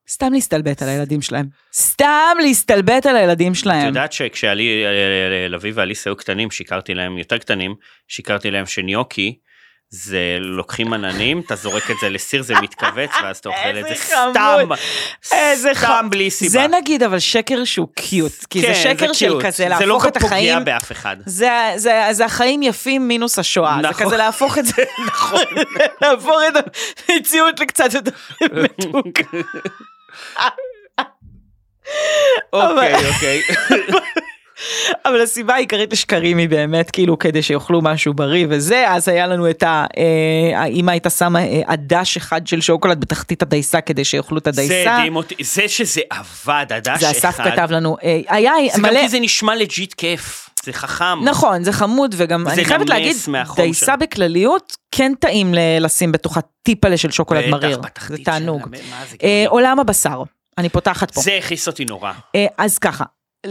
S2: סתם להסתלבט על הילדים שלהם. סתם להסתלבט על הילדים
S1: את
S2: שלהם.
S1: יודעת אה, שכשאבי ואליס היו קטנים, שיקרתי להם, יותר קטנים, שיקרתי להם שניוקי, זה לוקחים עננים, אתה זורק את זה לסיר, זה מתכווץ, ואז אתה אוכל את
S2: איזה
S1: זה
S2: חמוד.
S1: סתם,
S2: איזה
S1: סתם
S2: חמ-
S1: בלי סיבה.
S2: זה נגיד אבל שקר שהוא קיוט, כי
S1: כן,
S2: זה שקר של
S1: קיוט.
S2: כזה להפוך את
S1: זה לא
S2: החיים,
S1: פוגע באף אחד.
S2: זה- זה זה החיים יפים מינוס השואה, זה
S1: נכון.
S2: כזה להפוך את זה, נכון, להפוך את המציאות לקצת יותר מתוקה.
S1: אוקיי, אוקיי.
S2: אבל הסיבה העיקרית לשקרים היא באמת כאילו כדי שיאכלו משהו בריא וזה אז היה לנו את ה... אה, האמא הייתה שמה אה, עדש אחד של שוקולד בתחתית הדייסה כדי שיאכלו את
S1: זה
S2: הדייסה.
S1: הדהים אותי, זה שזה עבד, הדש
S2: זה
S1: אחד.
S2: אסף כתב לנו אה, היה
S1: זה גם
S2: מלא
S1: כי זה נשמע לג'יט כיף, זה חכם.
S2: נכון זה חמוד וגם
S1: זה
S2: אני חייבת
S1: גם
S2: להגיד
S1: נס מהחום
S2: דייסה
S1: שלו.
S2: בכלליות כן טעים ל- לשים בתוכה טיפלה של שוקולד
S1: בטח,
S2: מריר זה
S1: בתחתית
S2: תענוג.
S1: של המ- מה זה גאוני.
S2: אה, עולם הבשר אני פותחת פה.
S1: זה הכעיס אותי נורא.
S2: אה, אז ככה.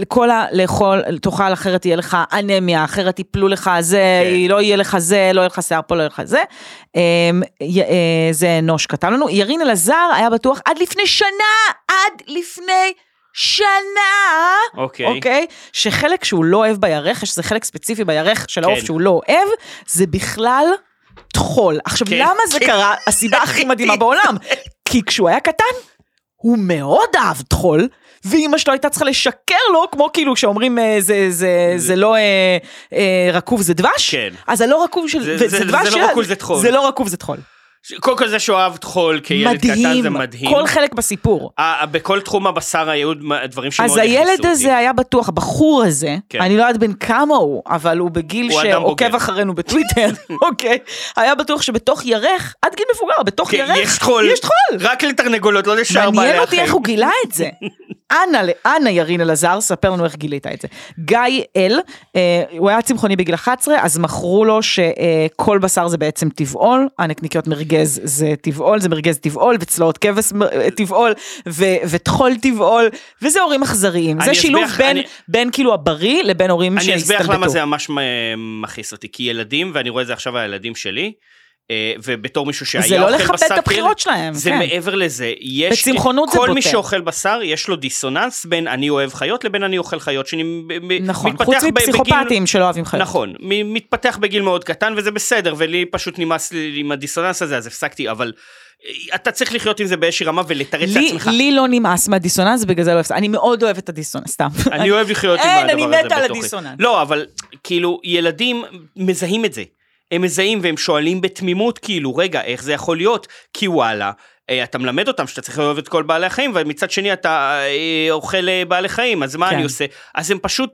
S2: כל הלאכול, תאכל אחרת תהיה לך אנמיה, אחרת יפלו לך זה,
S1: כן.
S2: כן. לא יהיה לך זה, לא יהיה לך שיער פה, לא יהיה לך זה. אמ, י- אה, זה נוש כתב לנו. ירין אלעזר היה בטוח עד לפני שנה, עד לפני שנה,
S1: אוקיי.
S2: אוקיי? שחלק שהוא לא אוהב בירך, יש איזה חלק ספציפי בירך של
S1: כן.
S2: העוף שהוא לא אוהב, זה בכלל טחול. עכשיו,
S1: כן.
S2: למה זה קרה? הסיבה הכי מדהימה בעולם. כי כשהוא היה קטן, הוא מאוד אהב טחול, ואימא שלו הייתה צריכה לשקר לו, כמו כאילו כשאומרים אה, זה, זה, זה לא אה, אה, רקוב זה דבש,
S1: כן.
S2: אז הלא רקוב של,
S1: זה-
S2: ו-
S1: זה- זה
S2: דבש,
S1: לא
S2: שלה-
S1: רקוב, זה טחול.
S2: זה לא רקוב זה טחול.
S1: ש- קודם כל זה שהוא אהב טחול כילד קטן
S2: מדהים,
S1: זה מדהים.
S2: כל חלק בסיפור.
S1: ה- ה- בכל תחום הבשר היו דברים שמאוד
S2: אז
S1: הכעיסו אותי.
S2: הילד הזה היה בטוח, הבחור הזה,
S1: כן.
S2: אני לא יודעת בן כמה הוא, אבל הוא בגיל
S1: הוא אדם
S2: שעוקב
S1: בוגר.
S2: אחרינו בטוויטר, אוקיי? היה בטוח שבתוך ירך, עד גיל מבוגר, בתוך
S1: כן,
S2: ירך,
S1: יש טחול.
S2: יש טחול.
S1: רק לתרנגולות, לא לשאר בעלי החיים.
S2: מעניין אותי איך הוא גילה את זה. אנא, אנא ירין אלעזר, ספר לנו איך גילית את זה. גיא אל, אה, הוא היה צמחוני בגיל 11, אז מכרו לו שכל בשר זה בעצם טבעול, הנקניקיות מרגז זה טבעול, זה מרגז טבעול, וצלעות כבש מ- אה, טבעול, ו- וטחול טבעול, וזה הורים אכזריים. זה
S1: אני
S2: שילוב
S1: אסביר לך,
S2: בין,
S1: אני-
S2: בין כאילו הבריא לבין הורים
S1: אני
S2: שהסתלבטו.
S1: אסביר לך למה זה ממש מ- מכעיס אותי, כי ילדים, ואני רואה את זה עכשיו על הילדים שלי, אה, ובתור מישהו שהיה
S2: זה לא
S1: אוכל
S2: לכבד
S1: בשר, כאילו,
S2: את הבחירות שלהם,
S1: זה
S2: כן.
S1: מעבר לזה, יש...
S2: בצמחונות זה
S1: כל מי
S2: בוטה.
S1: שאוכל בשר, יש לו דיסוננס בין אני אוהב חיות לבין אני אוכל חיות,
S2: נכון,
S1: שמתפתח
S2: חוץ מפסיכופטים שלא אוהבים חיות.
S1: נכון, מ- מתפתח בגיל מאוד קטן וזה בסדר, ולי פשוט נמאס לי עם הדיסוננס הזה, אז הפסקתי, אבל אה, אתה צריך לחיות עם זה באיזושהי רמה ולתרץ
S2: לי,
S1: לעצמך.
S2: לי לא נמאס מהדיסוננס, בגלל זה לא הפסקתי. אני מאוד אוהבת את הדיסוננס, סתם.
S1: אני אוהב לחיות עם
S2: אין,
S1: לא הדבר הזה
S2: אני
S1: בתוכי.
S2: מתה על הדיסוננס.
S1: לא, אבל כאילו, ילדים מזהים את זה. הם מזהים והם שואלים בתמימות, כאילו, רגע, איך זה יכול להיות? כי וואלה, אה, אתה מלמד אותם שאתה צריך לאהוב את כל בעלי החיים, ומצד שני אתה אה, אוכל אה, בעלי חיים, אז מה
S2: כן.
S1: אני עושה? אז הם פשוט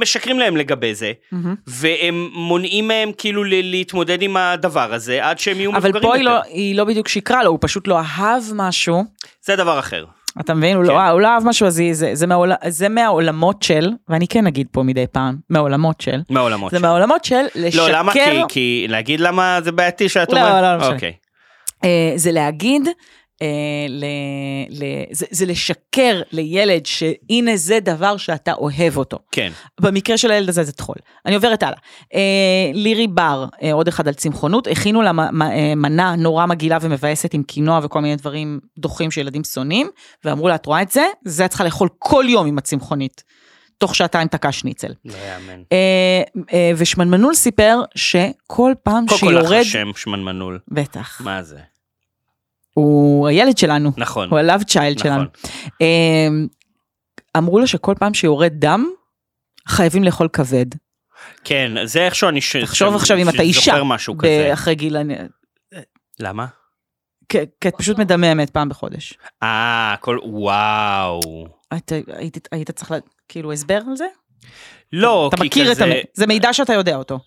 S1: משקרים להם לגבי זה,
S2: מהמם.
S1: והם מונעים מהם כאילו ל- להתמודד עם הדבר הזה, עד שהם יהיו מבוגרים
S2: אבל פה היא
S1: יותר.
S2: לא, היא לא בדיוק שיקרה לו, הוא פשוט לא אהב משהו.
S1: זה דבר אחר.
S2: אתה מבין? הוא,
S1: כן.
S2: לא, הוא לא אהב משהו, אז היא- זה, זה, מהעול, זה מהעולמות של, ואני כן אגיד פה מדי פעם, מהעולמות של,
S1: מהעולמות
S2: זה
S1: שלי.
S2: מהעולמות של לשקר, אה,
S1: לא, למה? כי, כי להגיד למה זה בעייתי שאת
S2: לא,
S1: אומרת?
S2: לא, לא משנה.
S1: אוקיי.
S2: אה, זה להגיד, אה, ל, ל, זה, זה לשקר לילד שהנה זה דבר שאתה אוהב אותו.
S1: כן.
S2: במקרה של הילד הזה זה טחול. אני עוברת הלאה. אה, לירי בר, אה, עוד אחד על צמחונות, הכינו לה מ- מ- אה, מנה נורא מגעילה ומבאסת עם קינוע וכל מיני דברים דוחים שילדים שונאים, ואמרו לה, את רואה את זה? זה את צריכה לאכול כל יום עם הצמחונית. תוך שעתיים תקע שניצל.
S1: לא יאמן.
S2: אה, אה, ושמנמנול סיפר שכל פעם
S1: קודם כל לך
S2: שיורד...
S1: השם שמנמנול,
S2: בטח.
S1: מה זה?
S2: הוא הילד שלנו,
S1: נכון,
S2: הוא הלאב צ'יילד שלנו.
S1: נכון.
S2: אה, אמרו לו שכל פעם שיורד דם, חייבים לאכול כבד.
S1: כן, זה איכשהו אני ש...
S2: תחשוב
S1: ש-
S2: עכשיו אם אתה
S1: שזוכר
S2: אישה,
S1: משהו
S2: ב-
S1: כזה.
S2: אחרי גיל, אני-
S1: למה?
S2: כ- כי את פשוט מדממת פעם בחודש.
S1: אה, הכל, וואו.
S2: אתה- היית- היית צריך לה- כאילו הסבר על זה?
S1: לא,
S2: אתה
S1: כי
S2: מכיר את
S1: אוקיי, כזה,
S2: המידע, זה מידע שאתה יודע אותו.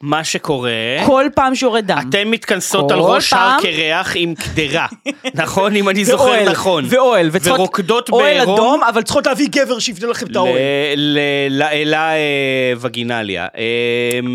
S1: מה שקורה,
S2: כל פעם שיורד דם.
S1: אתן מתכנסות
S2: כל
S1: על ראש
S2: פעם.
S1: הר קרח עם קדרה, נכון? אם אני
S2: ואוהל,
S1: זוכר נכון.
S2: ואוהל, וצריכות...
S1: ורוקדות
S2: אוהל
S1: בעירום
S2: אדום, אבל צריכות להביא גבר שיבנה לכם את האוהל.
S1: ל- ל- לאלה אה, וגינליה. אה,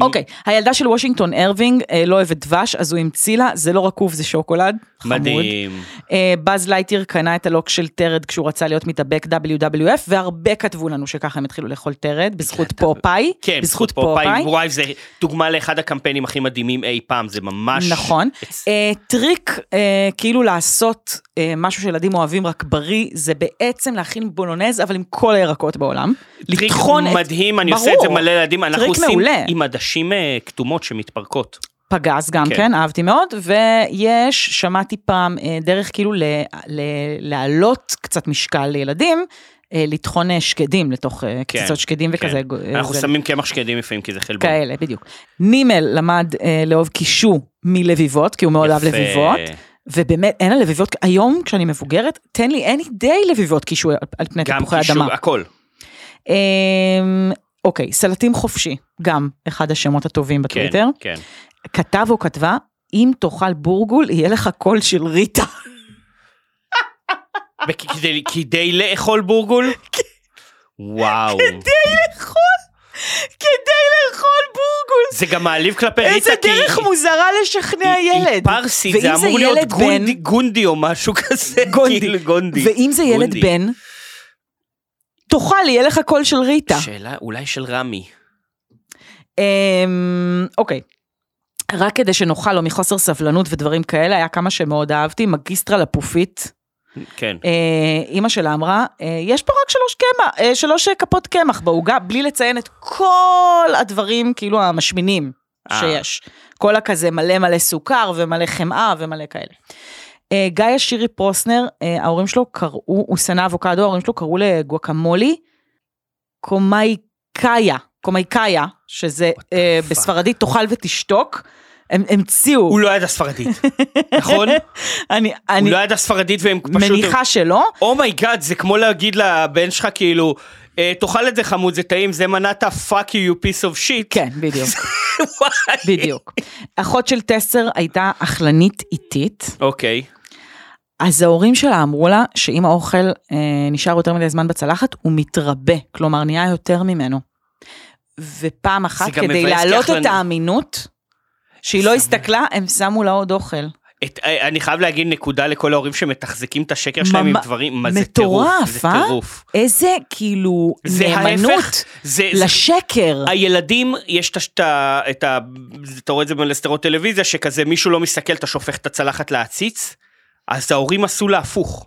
S2: אוקיי, הילדה של וושינגטון הרווינג אה, לא אוהבת דבש, אז הוא המציא לה, זה לא רקוב, זה שוקולד. חמוד.
S1: מדהים.
S2: אה, באז לייטיר קנה את הלוק של טרד כשהוא רצה להיות מתאבק WWF, והרבה כתבו לנו שככה הם התחילו לאכול טרד, בזכות פופאי.
S1: כן,
S2: בזכות פופאי.
S1: וואי, זה דוגמה לאחד הקמפיינים הכי מדהימים אי פעם, זה ממש...
S2: נכון.
S1: אצ-
S2: אה, טריק אה, כאילו לעשות אה, משהו שילדים אוהבים רק בריא, זה בעצם להכין בולונז, אבל עם כל הירקות בעולם.
S1: טריק
S2: אה, לטחון את-
S1: מדהים, אני
S2: ברור.
S1: עושה את זה מלא לילדים, אנחנו
S2: טריק
S1: עושים
S2: מעולה.
S1: עם עדשים אה, כתומות שמתפרקות.
S2: פגז גם כן.
S1: כן.
S2: כן, אהבתי מאוד, ויש, שמעתי פעם אה, דרך כאילו ל- ל- להעלות קצת משקל לילדים, אה, לטחון אה, שקדים לתוך אה,
S1: כן,
S2: קציצות שקדים
S1: כן.
S2: וכזה. אה,
S1: אנחנו
S2: זה- כן,
S1: שמים קמח שקדים לפעמים כי זה חלבון.
S2: כאלה, בדיוק. נימל למד אה, לאהוב קישו מלביבות, כי הוא מאוד אהב
S1: יפה.
S2: לביבות. ובאמת, אין הלביבות, היום כשאני מבוגרת, תן לי, אין לי די לביבות קישור על, על פני
S1: גם
S2: תפוחי
S1: קישור,
S2: אדמה.
S1: הכל.
S2: אמ, אוקיי, סלטים חופשי, גם אחד השמות הטובים
S1: כן,
S2: בטוויטר.
S1: כן.
S2: כתב או כתבה, אם תאכל בורגול, יהיה לך קול של ריטה.
S1: וכדי- כדי לאכול בורגול? וואו.
S2: כן, כדי לאכול בורגול!
S1: זה גם מעליב כלפי ריטה,
S2: איזה
S1: כי
S2: דרך
S1: היא-
S2: מוזרה לשכנע
S1: היא- היא
S2: ילד.
S1: פרסית,
S2: ואם
S1: זה אמור להיות
S2: ילד בן-
S1: גונדי- גונדי או משהו כזה.
S2: גונדי.
S1: כאילו, גונדי.
S2: ואם זה ילד
S1: גונדי.
S2: בן, תאכל, יהיה לך קול של ריטה.
S1: שאלה אולי של רמי.
S2: אמ, אוקיי. רק כדי שנאכל לו מחוסר סבלנות ודברים כאלה, היה כמה שמאוד אהבתי, מגיסטרה לפופית.
S1: כן.
S2: אה, אימא שלה אמרה, אה, יש פה רק שלוש, קמח, אה, שלוש אה, כפות קמח בעוגה, בלי לציין את כל הדברים, כאילו, המשמינים
S1: אה.
S2: שיש. כל הכזה מלא מלא סוכר ומלא חמאה ומלא כאלה. אה, גיא שירי פרוסנר, אה, ההורים שלו קראו, הוא שנא אבוקדו, ההורים שלו קראו לגואקמולי קומייקאיה, קומייקאיה, שזה
S1: What the
S2: אה,
S1: fuck?
S2: בספרדית תאכל ותשתוק, הם המציאו.
S1: הוא לא ידע ספרדית, נכון?
S2: אני,
S1: הוא
S2: אני
S1: לא ידע ספרדית והם פשוט...
S2: מניחה שלא.
S1: אומייגאד, זה כמו להגיד לבן שלך כאילו, "אה, תאכל את זה חמוד, זה טעים, זה מנת ה-fuck you, you piece of shit.
S2: כן, בדיוק,
S1: וואי.
S2: בדיוק. אחות של טסר הייתה אכלנית איטית,
S1: אוקיי,
S2: אז ההורים שלה אמרו לה שאם האוכל אה, נשאר יותר מדי זמן בצלחת, הוא מתרבה, כלומר נהיה יותר ממנו. ופעם אחת,
S1: גם
S2: כדי
S1: מבאס
S2: להעלות את
S1: כאחלנה.
S2: האמינות, שהיא לא
S1: שמה.
S2: הסתכלה, הם שמו לה עוד אוכל.
S1: את- אה, אני חייב להגיד נקודה לכל ההורים שמתחזקים את השקר שלהם עם
S2: ממ-
S1: דברים, מה זה טירוף,
S2: מטורף,
S1: זה
S2: אה?
S1: טירוף.
S2: איזה כאילו
S1: זה
S2: נאמנות
S1: ההפך, זה, זה-
S2: לשקר.
S1: הילדים, יש את ה- את ה... את ה- אתה רואה את זה בסדרות טלוויזיה, שכזה מישהו לא מסתכל, אתה שופך את הצלחת לעציץ, אז ההורים עשו לה הפוך.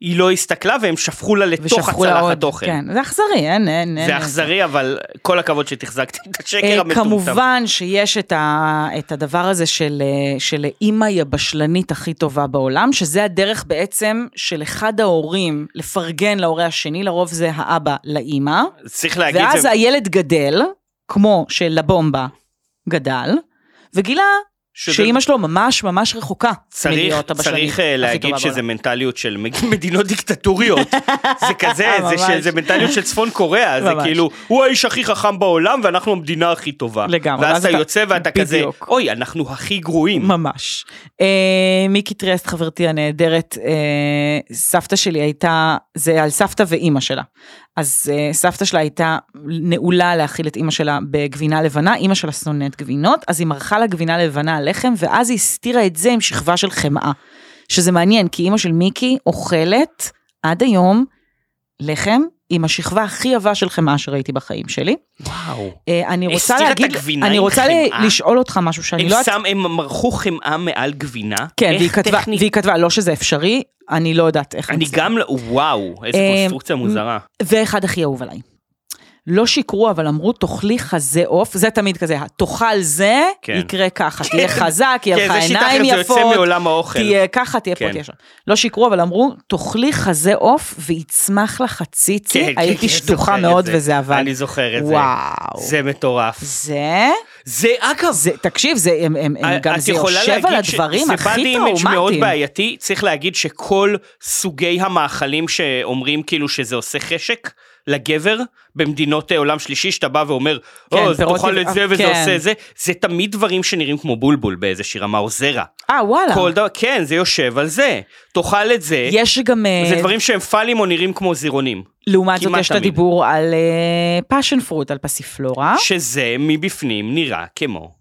S1: היא לא הסתכלה והם שפכו לה לתוך
S2: ושפכו לה עוד.
S1: הצלחת אוכל.
S2: כן, זה אכזרי, אין, אין, אין.
S1: זה אכזרי, אבל כל הכבוד שתחזקתי את
S2: אה,
S1: השקר המטומטם.
S2: כמובן שיש את, ה, את הדבר הזה של, אה, של אימא יבשלנית הכי טובה בעולם, שזה הדרך בעצם של אחד ההורים לפרגן להורה השני, לרוב זה האבא לאימא,
S1: צריך להגיד,
S2: ואז
S1: זה...
S2: הילד גדל, כמו שלבומבה גדל, וגילה
S1: שזה-
S2: שאימא שלו ממש ממש רחוקה
S1: צריך,
S2: מלהיות הבשלנית
S1: צריך אה,
S2: הכי
S1: להגיד
S2: טובה
S1: שזה
S2: בעולם.
S1: מנטליות של מג- מדינות דיקטטוריות, זה כזה, זה,
S2: ממש.
S1: של, זה מנטליות של צפון קוריאה, זה
S2: ממש.
S1: כאילו, הוא האיש הכי חכם בעולם ואנחנו המדינה הכי טובה.
S2: לגמרי,
S1: ואז
S2: ואז
S1: אתה
S2: אתה-
S1: יוצא ואתה כזה,
S2: בדיוק.
S1: אוי, אנחנו הכי גרועים.
S2: ממש. אה, מיקי טרסט, חברתי הנהדרת, אה, סבתא שלי הייתה, זה על סבתא ואימא שלה. אז אה, סבתא שלה הייתה נעולה להאכיל את אימא שלה בגבינה לבנה, אימא שלה שונאת גבינות, אז היא מרחה לה גבינה לבנה על לחם, ואז היא הסתירה את זה עם שכבה של חמאה. שזה מעניין, כי אימא של מיקי אוכלת עד היום לחם עם השכבה הכי עבה של חמאה שראיתי בחיים שלי.
S1: וואו.
S2: אה, אני רוצה
S1: הסתירה את
S2: להגיד,
S1: הגבינה
S2: אני
S1: עם
S2: רוצה ל-
S1: חמאה?
S2: לשאול אותך משהו שאני
S1: הם,
S2: לא...
S1: שם, הם מרחו חמאה מעל גבינה,
S2: כן,
S1: איך
S2: והיא כתבה,
S1: טכנית-
S2: והיא כתבה, לא שזה אפשרי, אני לא יודעת איך.
S1: אני
S2: מצליח.
S1: גם, לא- וואו, איזה
S2: אה,
S1: קונסטרוקציה מוזרה.
S2: ואחד הכי אהוב עליי. לא שיקרו, אבל אמרו, תאכלי חזה עוף, זה תמיד כזה, תאכל זה,
S1: כן.
S2: יקרה ככה, תהיה חזק, יהיה
S1: כן,
S2: לך
S1: זה שיטה
S2: עיניים
S1: אחרת, זה יוצא
S2: יפות,
S1: מעולם האוכל.
S2: תהיה ככה, תהיה פה,
S1: כן.
S2: תהיה שם. לא שיקרו, אבל אמרו, תאכלי חזה עוף ויצמח לך
S1: כן,
S2: ציצי,
S1: כן,
S2: הייתי
S1: כן,
S2: שטוחה
S1: זוכר את
S2: מאוד
S1: זה.
S2: וזה עבד.
S1: אני זוכר את זה.
S2: וואו.
S1: זה מטורף.
S2: זה,
S1: זה, אגב,
S2: זה, תקשיב, זה הם- הם- הם גם,
S1: אה, את
S2: זה
S1: יכולה
S2: יושב על
S1: להגיד ש-
S2: הדברים
S1: זה body
S2: הכי
S1: image מאוד
S2: טראומטיים.
S1: בעייתי, צריך להגיד שכל סוגי המאכלים שאומרים כאילו שזה עושה חשק לגבר, במדינות אה, עולם שלישי, שאתה בא ואומר,
S2: כן,
S1: או, אז
S2: פירות
S1: תאכל
S2: טבע-
S1: את זה וזה
S2: כן.
S1: עושה את זה, זה תמיד דברים שנראים כמו בולבול באיזושהי רמה, או זרע.
S2: אה, וואלה.
S1: כל דבר, כן, זה יושב על זה. תאכל את זה,
S2: יש גם... אה,
S1: זה דברים שהם פאלים או נראים כמו זירונים.
S2: לעומת זאת
S1: כמעט
S2: יש את
S1: תמיד.
S2: הדיבור על פאשן פרוט, על פסיפלורה.
S1: שזה מבפנים נראה כמו,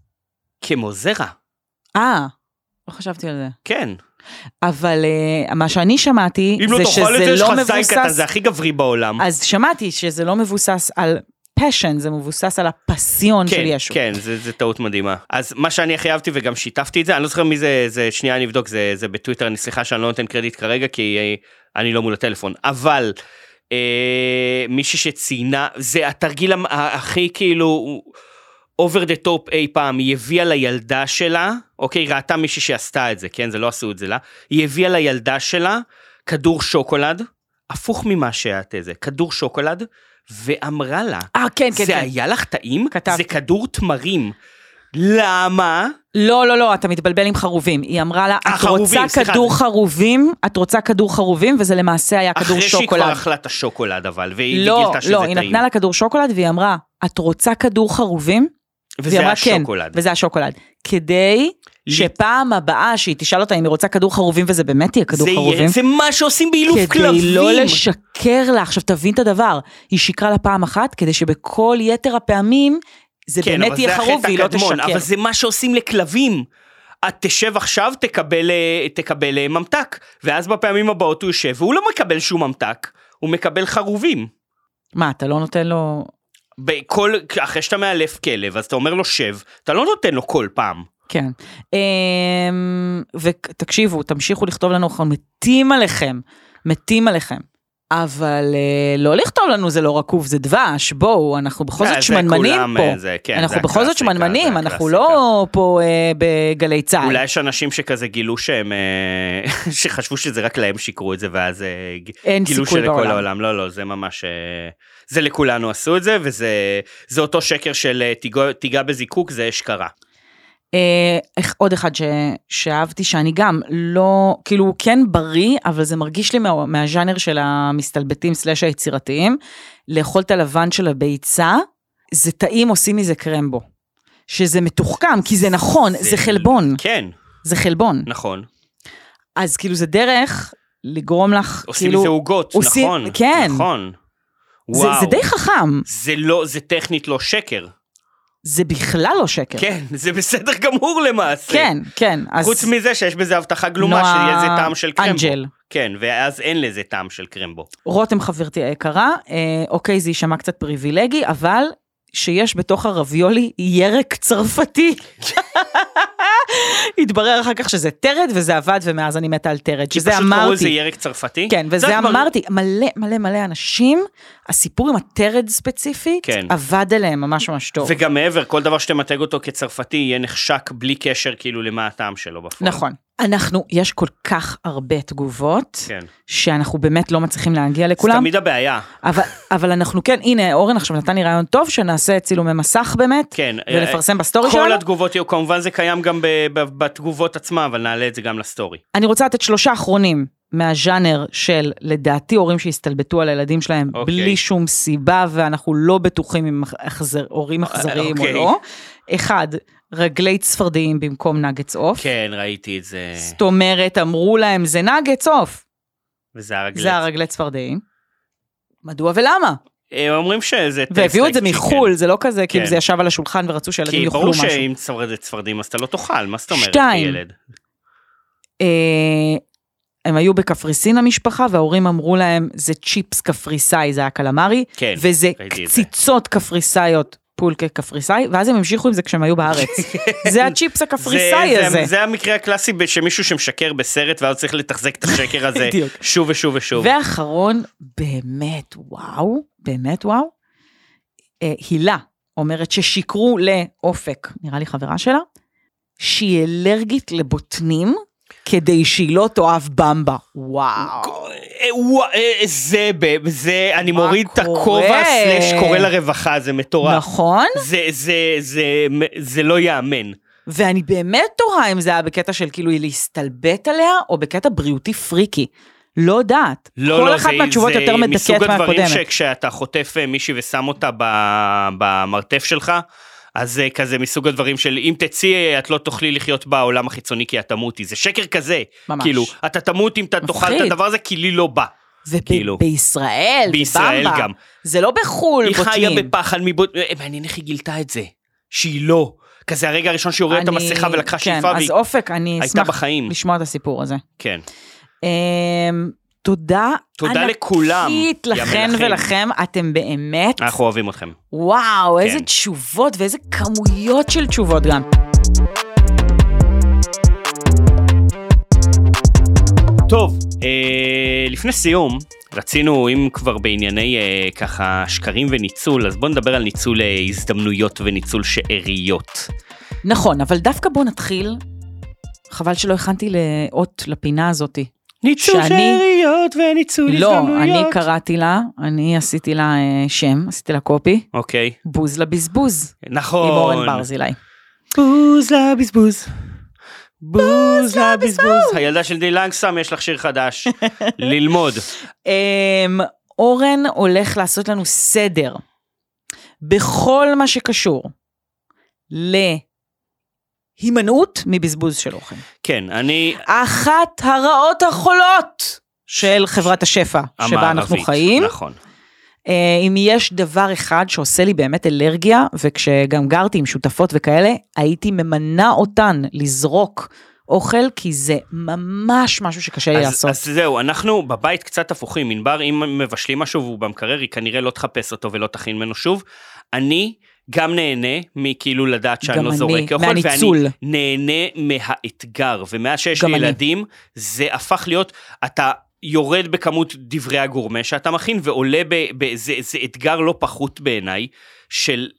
S1: כמו זרע.
S2: אה, לא חשבתי על זה.
S1: כן.
S2: אבל אה, מה שאני שמעתי
S1: אם לא
S2: זה
S1: תאכל את זה,
S2: שזה
S1: יש
S2: לא
S1: לך זין קטן,
S2: מבוסס,
S1: זה הכי גברי בעולם.
S2: אז שמעתי שזה לא מבוסס על פשן, זה מבוסס על הפסיון של ישו.
S1: כן, זה, זה טעות מדהימה. אז מה שאני הכי אהבתי וגם שיתפתי את זה, אני לא זוכר מי זה, זה שנייה אני אבדוק, זה, זה בטוויטר, אני סליחה שאני לא נותן קרדיט כרגע, כי אה, אני לא מול הטלפון, אבל אה, מישהי שציינה, זה התרגיל המ- ה- הכי כאילו... אובר דה טופ אי פעם, היא הביאה לילדה שלה, אוקיי, היא ראתה מישהי שעשתה את זה, כן, זה לא עשו את זה לה, היא הביאה לילדה שלה כדור שוקולד, הפוך ממה שהיה את זה, כדור שוקולד, ואמרה לה,
S2: אה, כן, כן,
S1: זה
S2: כן.
S1: היה לך טעים?
S2: כתבתי.
S1: זה כדור תמרים. למה?
S2: לא, לא, לא, אתה מתבלבל עם חרובים. היא אמרה לה,
S1: אה,
S2: את
S1: חרובים,
S2: רוצה
S1: סליחה,
S2: כדור
S1: זה-
S2: חרובים, את רוצה כדור חרובים, וזה למעשה היה כדור
S1: אחרי שהיא כבר
S2: שוקולד.
S1: אכלה את השוקולד אבל, והיא
S2: לא,
S1: גילתה שזה
S2: לא,
S1: טעים.
S2: היא נתנה לה כדור שוקולד והיא אמרה, את רוצה כדור חרובים?
S1: וזה
S2: והיא אמרה
S1: היה
S2: כן,
S1: שוקולד.
S2: וזה השוקולד. כדי שפעם הבאה שהיא תשאל אותה אם היא רוצה כדור חרובים וזה באמת יהיה כדור
S1: זה,
S2: חרובים.
S1: יהיה- זה מה שעושים באילוף כלבים.
S2: כדי לא לשקר לה, עכשיו תבין את הדבר, היא שיקרה לה פעם אחת כדי שבכל יתר הפעמים זה
S1: כן,
S2: באמת
S1: אבל זה
S2: יהיה חרוב
S1: החטא
S2: והיא לא
S1: הקדמון,
S2: תשקר.
S1: אבל זה מה שעושים לכלבים. את תשב עכשיו, תקבל, אה, תקבל אה, ממתק, ואז בפעמים הבאות הוא יושב, והוא לא מקבל שום ממתק, הוא מקבל חרובים.
S2: מה, אתה לא נותן לו...
S1: בכל, אחרי שאתה מאלף כלב, אז אתה אומר לו שב, אתה לא נותן לו כל פעם.
S2: כן. אמ, ותקשיבו, תמשיכו לכתוב לנו, אנחנו מתים עליכם, מתים עליכם. אבל אה, לא לכתוב לנו זה לא רקוב, זה דבש, בואו, אנחנו בכל
S1: אה,
S2: זאת
S1: זה
S2: שמנמנים
S1: כולם,
S2: פה.
S1: אה, זה- כן, זה
S2: אנחנו בכל זאת
S1: הקלאסיקה,
S2: שמנמנים,
S1: זה
S2: אנחנו
S1: הקלאסיקה.
S2: לא פה אה, בגלי צה"ל.
S1: אולי יש אנשים שכזה גילו שהם, אה, שחשבו שזה רק להם שיקרו את זה, ואז אה, ג-
S2: אין
S1: גילו
S2: סיכוי
S1: שלכל
S2: בעולם.
S1: העולם. לא, לא, זה ממש, אה, זה לכולנו עשו את זה, וזה זה אותו שקר של אה, תיגע- תיגע בזיקוק, זה אשכרה.
S2: אה, איך- עוד אחד ש, שאהבתי, שאני גם לא, כאילו הוא כן בריא, אבל זה מרגיש לי מה, מהז'אנר של המסתלבטים סלאש היצירתיים, לאכול את הלבן של הביצה, זה טעים, עושים מזה קרמבו. שזה מתוחכם, כי זה נכון, זה, חלבון,
S1: כן,
S2: זה חלבון.
S1: נכון.
S2: אז כאילו זה דרך לגרום לך,
S1: עושים
S2: כאילו,
S1: מזה עוגות,
S2: עושים-
S1: נכון.
S2: כן.
S1: נכון.
S2: זה,
S1: וואו.
S2: זה די חכם,
S1: זה לא, זה טכנית לא שקר.
S2: זה בכלל לא שקר.
S1: כן, זה בסדר גמור למעשה.
S2: כן, כן. אז
S1: חוץ מזה שיש בזה הבטחה גלומה
S2: נועה
S1: שיהיה איזה טעם של קרמבו.
S2: אנג'ל.
S1: כן, ואז אין לזה טעם של קרמבו.
S2: רותם חברתי היקרה, אה, אוקיי, זה יישמע קצת פריבילגי, אבל שיש בתוך הרביולי ירק צרפתי. התברר אחר כך שזה טרד, וזה עבד, ומאז אני מתה על טרד, שזה
S1: פשוט קראו לזה
S2: אמרתי.
S1: ירק צרפתי.
S2: כן,
S1: זה
S2: וזה
S1: כבר-
S2: אמרתי, מלא מלא מלא אנשים, הסיפור עם הטרד ספציפית,
S1: כן.
S2: עבד עליהם ממש ממש טוב.
S1: וגם מעבר, כל דבר שתמתג אותו כצרפתי יהיה נחשק בלי קשר כאילו למה הטעם שלו בפועל.
S2: נכון. אנחנו, יש כל כך הרבה תגובות,
S1: כן.
S2: שאנחנו באמת לא מצליחים להגיע
S1: כולם... זה
S2: לכולם,
S1: תמיד הבעיה.
S2: אבל, אבל אנחנו כן, הנה אורן עכשיו נתן לי רעיון טוב, שנעשה צילומי מסך באמת,
S1: כן.
S2: ולפרסם בסטורי
S1: כל
S2: שלנו.
S1: התגובות יהיו, כמובן זה קיים גם ב- ב- בתגובות עצמה, אבל נעלה את זה גם לסטורי.
S2: אני רוצה לתת שלושה אחרונים מהז'אנר של לדעתי הורים שהסתלבטו על הילדים שלהם okay.
S1: אוקיי.
S2: בלי שום סיבה, ואנחנו לא בטוחים אם החזר, הורים אכזריים okay. או
S1: אוקיי.
S2: לא. אחד, רגלי צפרדעים במקום נגץ עוף.
S1: כן, ראיתי את זה.
S2: זאת אומרת, אמרו להם זה נגץ עוף,
S1: וזה הרגלית.
S2: זה הרגלי צפרדעים. מדוע ולמה?
S1: הם אה, אומרים שזה... טייסט
S2: והביאו את זה
S1: לייק צ'יקן.
S2: מחו"ל, זה לא כזה, כאילו
S1: כן.
S2: זה ישב על השולחן ורצו שהילדים
S1: כי
S2: יאכלו
S1: ברור
S2: משהו.
S1: שאם צורדת צפרדים אז אתה לא תאכל, מה זאת אומרת?
S2: שתיים.
S1: ילד?
S2: אה, הם היו בקפריסין המשפחה, וההורים אמרו להם, זה צ'יפס קפריסאי, זה היה קלמרי,
S1: כן,
S2: וזה
S1: ראיתי את זה.
S2: קציצות קפריסאיות, פולקה קפריסאי, ואז הם המשיכו עם זה כשהם היו בארץ. זה הצ'יפס הקפריסאי
S1: כן. זה-
S2: הזה.
S1: זה- זה המקרה הקלאסי שמישהו שמשקר בסרט ואז צריך לתחזק את השקר הזה
S2: בדיוק.
S1: שוב ושוב ושוב.
S2: ואחרון, באמת וואו, באמת וואו, אה, הילה אומרת ששיקרו לאופק, נראה לי חברה שלה, שהיא אלרגית לבוטנים, כדי שהיא לא תאהב במבה. וואו.
S1: אה, וואו, אה, זה, ב- זה, אני
S2: מה
S1: מוריד את
S2: קורה?
S1: הכובע, סלאש קורא לרווחה, זה מטורף.
S2: נכון?
S1: זה, זה, זה, זה לא ייאמן.
S2: ואני באמת תוהה אם זה היה בקטע של כאילו להסתלבט עליה, או בקטע בריאותי פריקי. לא יודעת.
S1: לא,
S2: כל
S1: לא,
S2: אחת
S1: זה,
S2: מהתשובות
S1: זה
S2: יותר מדכאת
S1: מסוג הדברים
S2: מהקודמת.
S1: שכשאתה חוטף אה, מישהי ושם אותה ב- במרתף שלך, אז זה כזה מסוג הדברים של אם תצאי אה, את לא תוכלי לחיות בעולם החיצוני כי את תמותי, זה שקר כזה.
S2: ממש.
S1: כאילו, אתה תמות אם אתה תאכל את
S2: מפחיד.
S1: הדבר הזה כי לי לא בא. כאילו.
S2: ובישראל,
S1: בישראל
S2: במבה.
S1: גם.
S2: זה לא בחו"ל,
S1: היא חיה
S2: בוטנים.
S1: בפחד מבוט... אה, מעניין איך היא גילתה את זה. שהיא לא. כזה הרגע הראשון שהיא הורידה את
S2: אני-
S1: המסכה ולקחה
S2: כן,
S1: שאיפה והיא
S2: אז אופק, אני
S1: הייתה
S2: אשמח
S1: בחיים.
S2: לשמוע את הסיפור הזה.
S1: כן.
S2: אמ, תודה
S1: תודה לכולם,
S2: ענקית
S1: יא
S2: לכן
S1: מלכים.
S2: ולכם, אתם באמת,
S1: אנחנו אוהבים אתכם.
S2: וואו, איזה
S1: כן.
S2: תשובות ואיזה כמויות של תשובות גם.
S1: טוב, אה, לפני סיום, רצינו, אם כבר בענייני אה, ככה שקרים וניצול, אז בואו נדבר על ניצול אה, הזדמנויות וניצול שאריות.
S2: נכון, אבל דווקא בוא נתחיל. חבל שלא הכנתי לאות לפינה הזאתי.
S1: ניצול
S2: שאני-
S1: שאריות וניצול
S2: לא, אני קראתי לה, אני עשיתי לה אה, שם, עשיתי לה קופי,
S1: אוקיי,
S2: בוז לבזבוז, עם
S1: נכון.
S2: אורן ברזילי.
S1: בוז לבזבוז. בוז לבזבוז. הילדה של די לנגסם, יש לך שיר חדש. ללמוד.
S2: אמ, אורן הולך לעשות לנו סדר בכל מה שקשור להימנעות מבזבוז של אוכל.
S1: כן, אני...
S2: אחת הרעות החולות של חברת השפע שבה אנחנו
S1: המערבית,
S2: חיים.
S1: נכון.
S2: אה, אם יש דבר אחד שעושה לי באמת אלרגיה, וכשגם גרתי עם שותפות וכאלה, הייתי ממנה אותן לזרוק אוכל, כי זה ממש משהו שקשה לי
S1: אז,
S2: לעשות.
S1: אז זהו, אנחנו בבית קצת הפוכים. ענבר, אם מבשלים משהו והוא במקרר, היא כנראה לא תחפש אותו ולא תכין ממנו שוב. אני גם נהנה מכאילו לדעת שאני
S2: גם
S1: לא
S2: אני,
S1: זורק אוכל,
S2: מהניצול.
S1: ואני נהנה מהאתגר. ומאז שיש
S2: גם
S1: לי
S2: אני.
S1: ילדים, זה הפך להיות, אתה יורד בכמות דברי הגורמה שאתה מכין, ועולה ב... ב זה, זה אתגר לא פחות בעיניי, של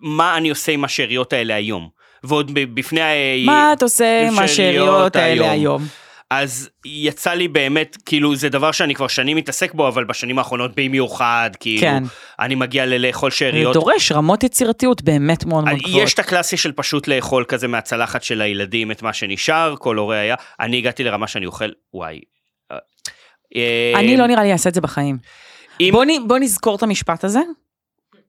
S1: מה אני עושה עם השאריות האלה היום. ועוד ב- בפני... ה-
S2: מה אתה עושה עם
S1: עם שאריות
S2: השאריות האלה
S1: היום?
S2: היום?
S1: אז יצא לי באמת, כאילו, זה דבר שאני כבר שנים מתעסק בו, אבל בשנים האחרונות במיוחד, כאילו,
S2: כן.
S1: אני מגיע ללאכול
S2: זה
S1: שאריות. אה,
S2: דורש רמות יצירתיות באמת מאוד מאוד גבוהות.
S1: יש את הקלאסי של פשוט לאכול כזה מהצלחת של הילדים את מה שנשאר, כל הורה היה. אני הגעתי לרמה שאני אוכל, וואי. אה,
S2: אני לא נראה לי אעשה את זה בחיים.
S1: אם-
S2: בוא, נ, בוא נזכור את המשפט הזה.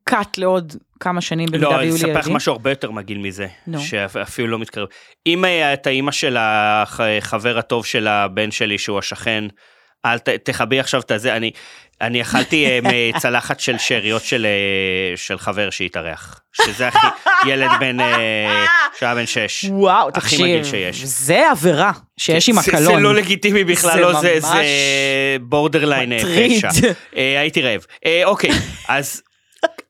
S2: קאט לעוד כמה שנים במידה
S1: לא,
S2: ויהיו לי
S1: אני
S2: ילדים.
S1: אספר לך משהו הרבה יותר מגעיל מזה,
S2: נו.
S1: שאפילו לא מתקרב. אם היה את האימא של החבר הטוב של הבן שלי, שהוא השכן, אל ת- תכבי עכשיו את הזה, אני, אני אכלתי אה, מצלחת של שאריות של, אה, של חבר שהתארח, שזה הכי, ילד בן, אה, שהיה בן שש.
S2: וואו,
S1: הכי
S2: תקשיב,
S1: מגעיל שיש.
S2: זה עבירה שיש עם
S1: זה-
S2: הקלון.
S1: זה לא לגיטימי בכלל,
S2: זה
S1: לא, זה,
S2: ממש
S1: זה בורדרליין אה,
S2: מטריד.
S1: פשע. אה, הייתי רעב. אה, אוקיי, אז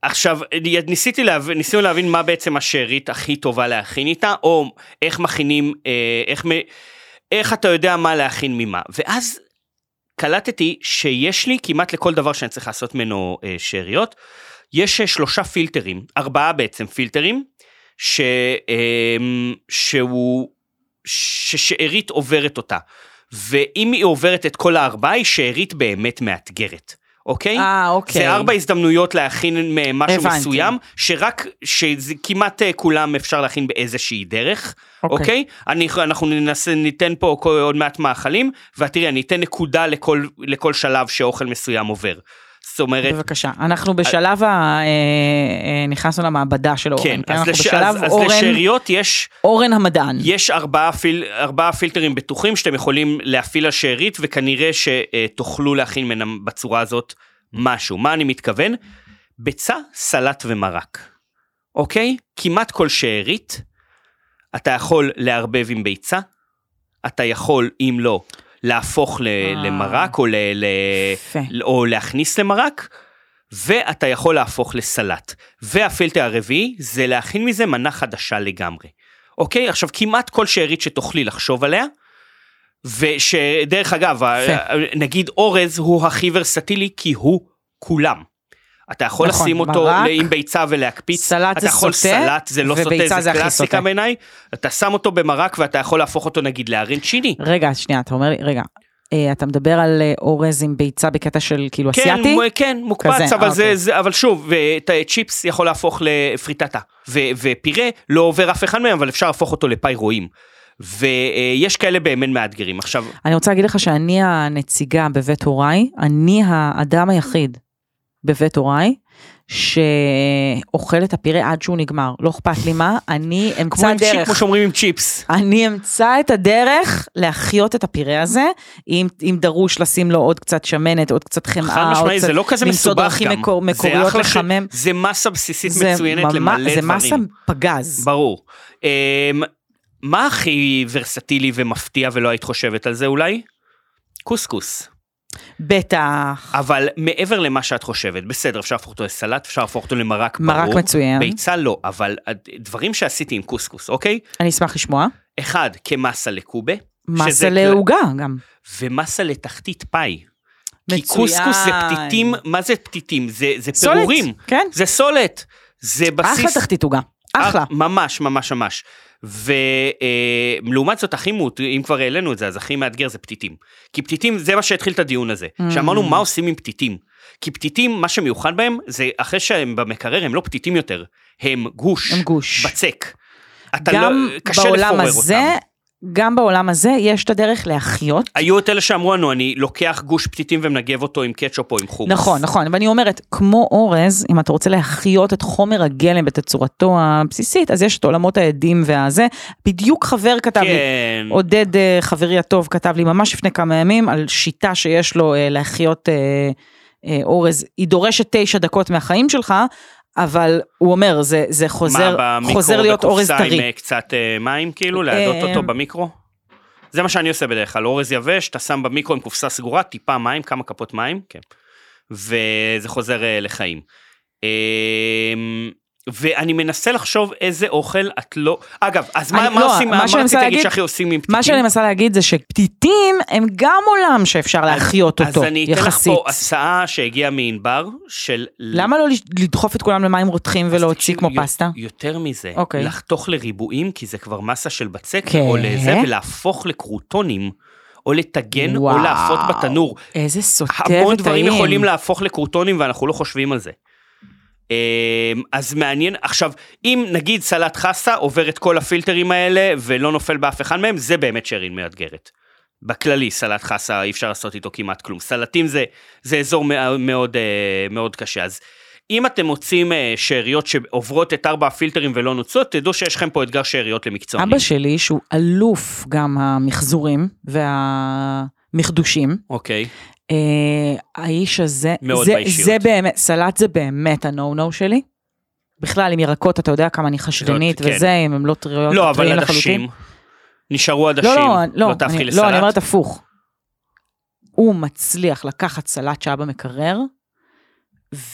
S1: עכשיו ניסיתי להבין, ניסינו להבין מה בעצם השארית הכי טובה להכין איתה, או איך מכינים, אה, איך, מ- איך אתה יודע מה להכין ממה. ואז קלטתי שיש לי כמעט לכל דבר שאני צריך לעשות ממנו אה, שאריות, יש אה, שלושה פילטרים, ארבעה בעצם פילטרים, ש, אה, שהוא, ששארית עוברת אותה. ואם היא עוברת את כל הארבעה, היא שארית באמת מאתגרת, אוקיי?
S2: אה, אוקיי.
S1: זה ארבע הזדמנויות להכין מ- משהו
S2: הבנתי.
S1: הבנתי. מסוים, שרק, שכמעט כולם אפשר להכין באיזושהי דרך, אוקיי? אוקיי? אני, אנחנו ננסה, ניתן פה כל- עוד מעט מאכלים, ואת תראי, אני אתן נקודה לכל, לכל שלב שאוכל מסוים עובר. זאת אומרת,
S2: בבקשה, אנחנו בשלב ה... אה, אה, נכנסנו למעבדה של אורן.
S1: כן, אז,
S2: אוקיי, אנחנו
S1: לש,
S2: בשלב
S1: אז, אז
S2: אורן,
S1: לשאריות יש,
S2: אורן המדען.
S1: יש ארבעה, פיל, ארבעה פילטרים בטוחים שאתם יכולים להפעיל על שארית, וכנראה שתוכלו להכין מהם בצורה הזאת משהו. מה אני מתכוון? ביצה, סלט ומרק, אוקיי? כמעט כל שארית, אתה יכול לערבב עם ביצה, אתה יכול, אם לא, להפוך ל-
S2: אה.
S1: למרק או, ל-
S2: יפה.
S1: ל- או להכניס למרק, ואתה יכול להפוך לסלט. והפילטר הרביעי זה להכין מזה מנה חדשה לגמרי. אוקיי? עכשיו, כמעט כל שארית שתוכלי לחשוב עליה, ושדרך אגב, ה- נגיד אורז הוא הכי ורסטילי כי הוא כולם. אתה יכול
S2: נכון,
S1: לשים אותו
S2: מרק,
S1: ל- עם ביצה ולהקפיץ,
S2: סלט
S1: אתה
S2: זה
S1: יכול
S2: סוטה,
S1: סלט, זה לא
S2: וביצה
S1: סוטה,
S2: זה
S1: זה
S2: הכי סוטה.
S1: קלאסיקה בעיניי, אתה שם אותו במרק ואתה יכול להפוך אותו נגיד לארנצ'יני.
S2: רגע, שנייה, אתה אומר לי, רגע, אה, אתה מדבר על אה, אורז עם ביצה בקטע של כאילו
S1: כן,
S2: אסיאתי?
S1: מ- כן, מוקפץ,
S2: כזה,
S1: אבל,
S2: אה, אוקיי.
S1: זה, זה, אבל שוב, ואת הצ'יפס יכול להפוך לפריטטה, ו, ופירה לא עובר אף אחד מהם, אבל אפשר להפוך אותו לפאי רועים. ויש כאלה באמת מאתגרים. עכשיו,
S2: אני רוצה להגיד לך שאני הנציגה בבית הוריי, אני האדם היחיד בבית הוריי, שאוכל את הפירה עד שהוא נגמר, לא אכפת לי מה, אני
S1: כמו,
S2: אמצא
S1: עם צ'יפ, כמו
S2: דרך.
S1: שאומרים עם צ'יפס.
S2: אני אמצא את הדרך להחיות את הפירה הזה, אם, אם דרוש לשים לו עוד קצת שמנת, עוד קצת
S1: חד
S2: חמאה, עוד
S1: משמעית,
S2: קצת,
S1: זה לא כזה
S2: למצוא
S1: מסובך גם.
S2: דרכים מקור-
S1: זה
S2: מקוריות
S1: אחלה ש-
S2: לחמם.
S1: זה מסה בסיסית מצוינת
S2: ממש-
S1: למלא דברים.
S2: זה מסה פגז.
S1: ברור. אמ, מה הכי ורסטילי ומפתיע ולא היית חושבת על זה אולי? קוסקוס.
S2: בטח.
S1: אבל מעבר למה שאת חושבת, בסדר, אפשר להפוך אותו לסלט, אפשר להפוך אותו למרק,
S2: מרק
S1: ברור.
S2: מצוין.
S1: ביצה לא, אבל הד- דברים שעשיתי עם קוסקוס, אוקיי?
S2: אני אשמח לשמוע.
S1: אחד, כמסה לקובה,
S2: מסה
S1: קל-
S2: לעוגה גם.
S1: ומסה לתחתית פאי. כי
S2: מצוין.
S1: קוסקוס זה פתיתים, מה זה פתיתים? זה, זה
S2: סולת,
S1: פירורים.
S2: כן.
S1: זה סולת. זה בסיס... אה,
S2: אחלה תחתית עוגה. אחלה.
S1: אח- ממש, ממש, ממש. ולעומת זאת, הכי מות, אם כבר העלינו את זה, אז הכי מאתגר זה פתיתים. כי פתיתים, זה מה שהתחיל את הדיון הזה.
S2: Mm.
S1: שאמרנו, מה עושים עם פתיתים? כי פתיתים, מה שמיוחד בהם, זה אחרי שהם במקרר, הם לא פתיתים יותר. הם גוש.
S2: הם גוש.
S1: בצק. אתה
S2: גם
S1: לא, קשה
S2: בעולם
S1: לפורר
S2: הזה,
S1: אותם.
S2: גם בעולם הזה יש את הדרך להחיות.
S1: היו את אלה שאמרו לנו, אני לוקח גוש פתיתים ומנגב אותו עם קטשופ או עם חומוס.
S2: נכון, נכון, ואני אומרת, כמו אורז, אם אתה רוצה להחיות את חומר הגלם בתצורתו הבסיסית, אז יש את עולמות העדים והזה. בדיוק חבר כתב לי,
S1: כן.
S2: עודד אה, חברי הטוב כתב לי ממש לפני כמה ימים על שיטה שיש לו אה, להחיות אה, אה, אורז, היא דורשת תשע דקות מהחיים שלך, אבל הוא אומר זה, זה חוזר,
S1: מה, במיקרו
S2: חוזר להיות אורז
S1: בקופסה עם
S2: טרי.
S1: אה, קצת אה, מים כאילו, להדות
S2: אה,
S1: אותו במיקרו? זה מה שאני עושה בדרך כלל, אורז יבש, אתה שם במיקרו עם קופסה סגורה, טיפה מים, כמה כפות מים, כן. וזה חוזר אה, לחיים. אה, ואני מנסה לחשוב איזה אוכל את לא... אגב, אז מה,
S2: אני-
S1: מה
S2: לא,
S1: עושים,
S2: מה
S1: מה
S2: שאני
S1: רציתי
S2: מנסה
S1: להגיד
S2: להגיד-
S1: שהכי עושים עם פתיתים?
S2: מה שאני מנסה להגיד זה שפתיתים הם גם עולם שאפשר להחיות
S1: אז
S2: אותו,
S1: אני אתן לך
S2: יחסית.
S1: פה הצעה שהגיעה מענבר, של...
S2: למה לא לש- לדחוף את כולם למים רותחים ולהוציא
S1: תקשיב,
S2: כמו
S1: יו-
S2: פסטה?
S1: יותר מזה,
S2: אוקיי.
S1: לחתוך לריבועים, כי זה כבר מסה של בצק,
S2: כן.
S1: או לזה, ולהפוך לקרוטונים, או לטגן או
S2: וואו.
S1: להפות בתנור.
S2: איזה סותר טעים.
S1: המון דברים יכולים להפוך לקרוטונים ואנחנו לא חושבים על זה. אמ, אז מעניין, עכשיו, אם נגיד סלט חסה עובר את כל הפילטרים האלה ולא נופל באף אחד מהם, זה באמת שרין מאתגרת. בכללי, סלט חסה אי אפשר לעשות איתו כמעט כלום. סלטים זה, זה אזור מאוד, מאוד, אה, מאוד קשה. אז אם אתם מוצאים אה, שאריות שעוברות את ארבע הפילטרים ולא נוצלות, תדעו שיש לכם פה אתגר שאריות למקצוענים.
S2: אבא שלי, שהוא אלוף גם המחזורים והמחדושים,
S1: אוקיי.
S2: אה, האיש הזה,
S1: מאוד
S2: זה,
S1: באישיות.
S2: זה באמת, סלט זה באמת ה-no-no שלי. בכלל, עם ירקות, אתה יודע כמה אני חשדנית
S1: כן.
S2: וזה, אם הם לא טריות,
S1: לא,
S2: טריים
S1: אבל עדשים. נשארו עדשים.
S2: לא, לא, לא,
S1: לא תהפכי
S2: אני,
S1: לסלט.
S2: לא, אני אומרת הפוך. הוא מצליח לקחת סלט שהיה במקרר,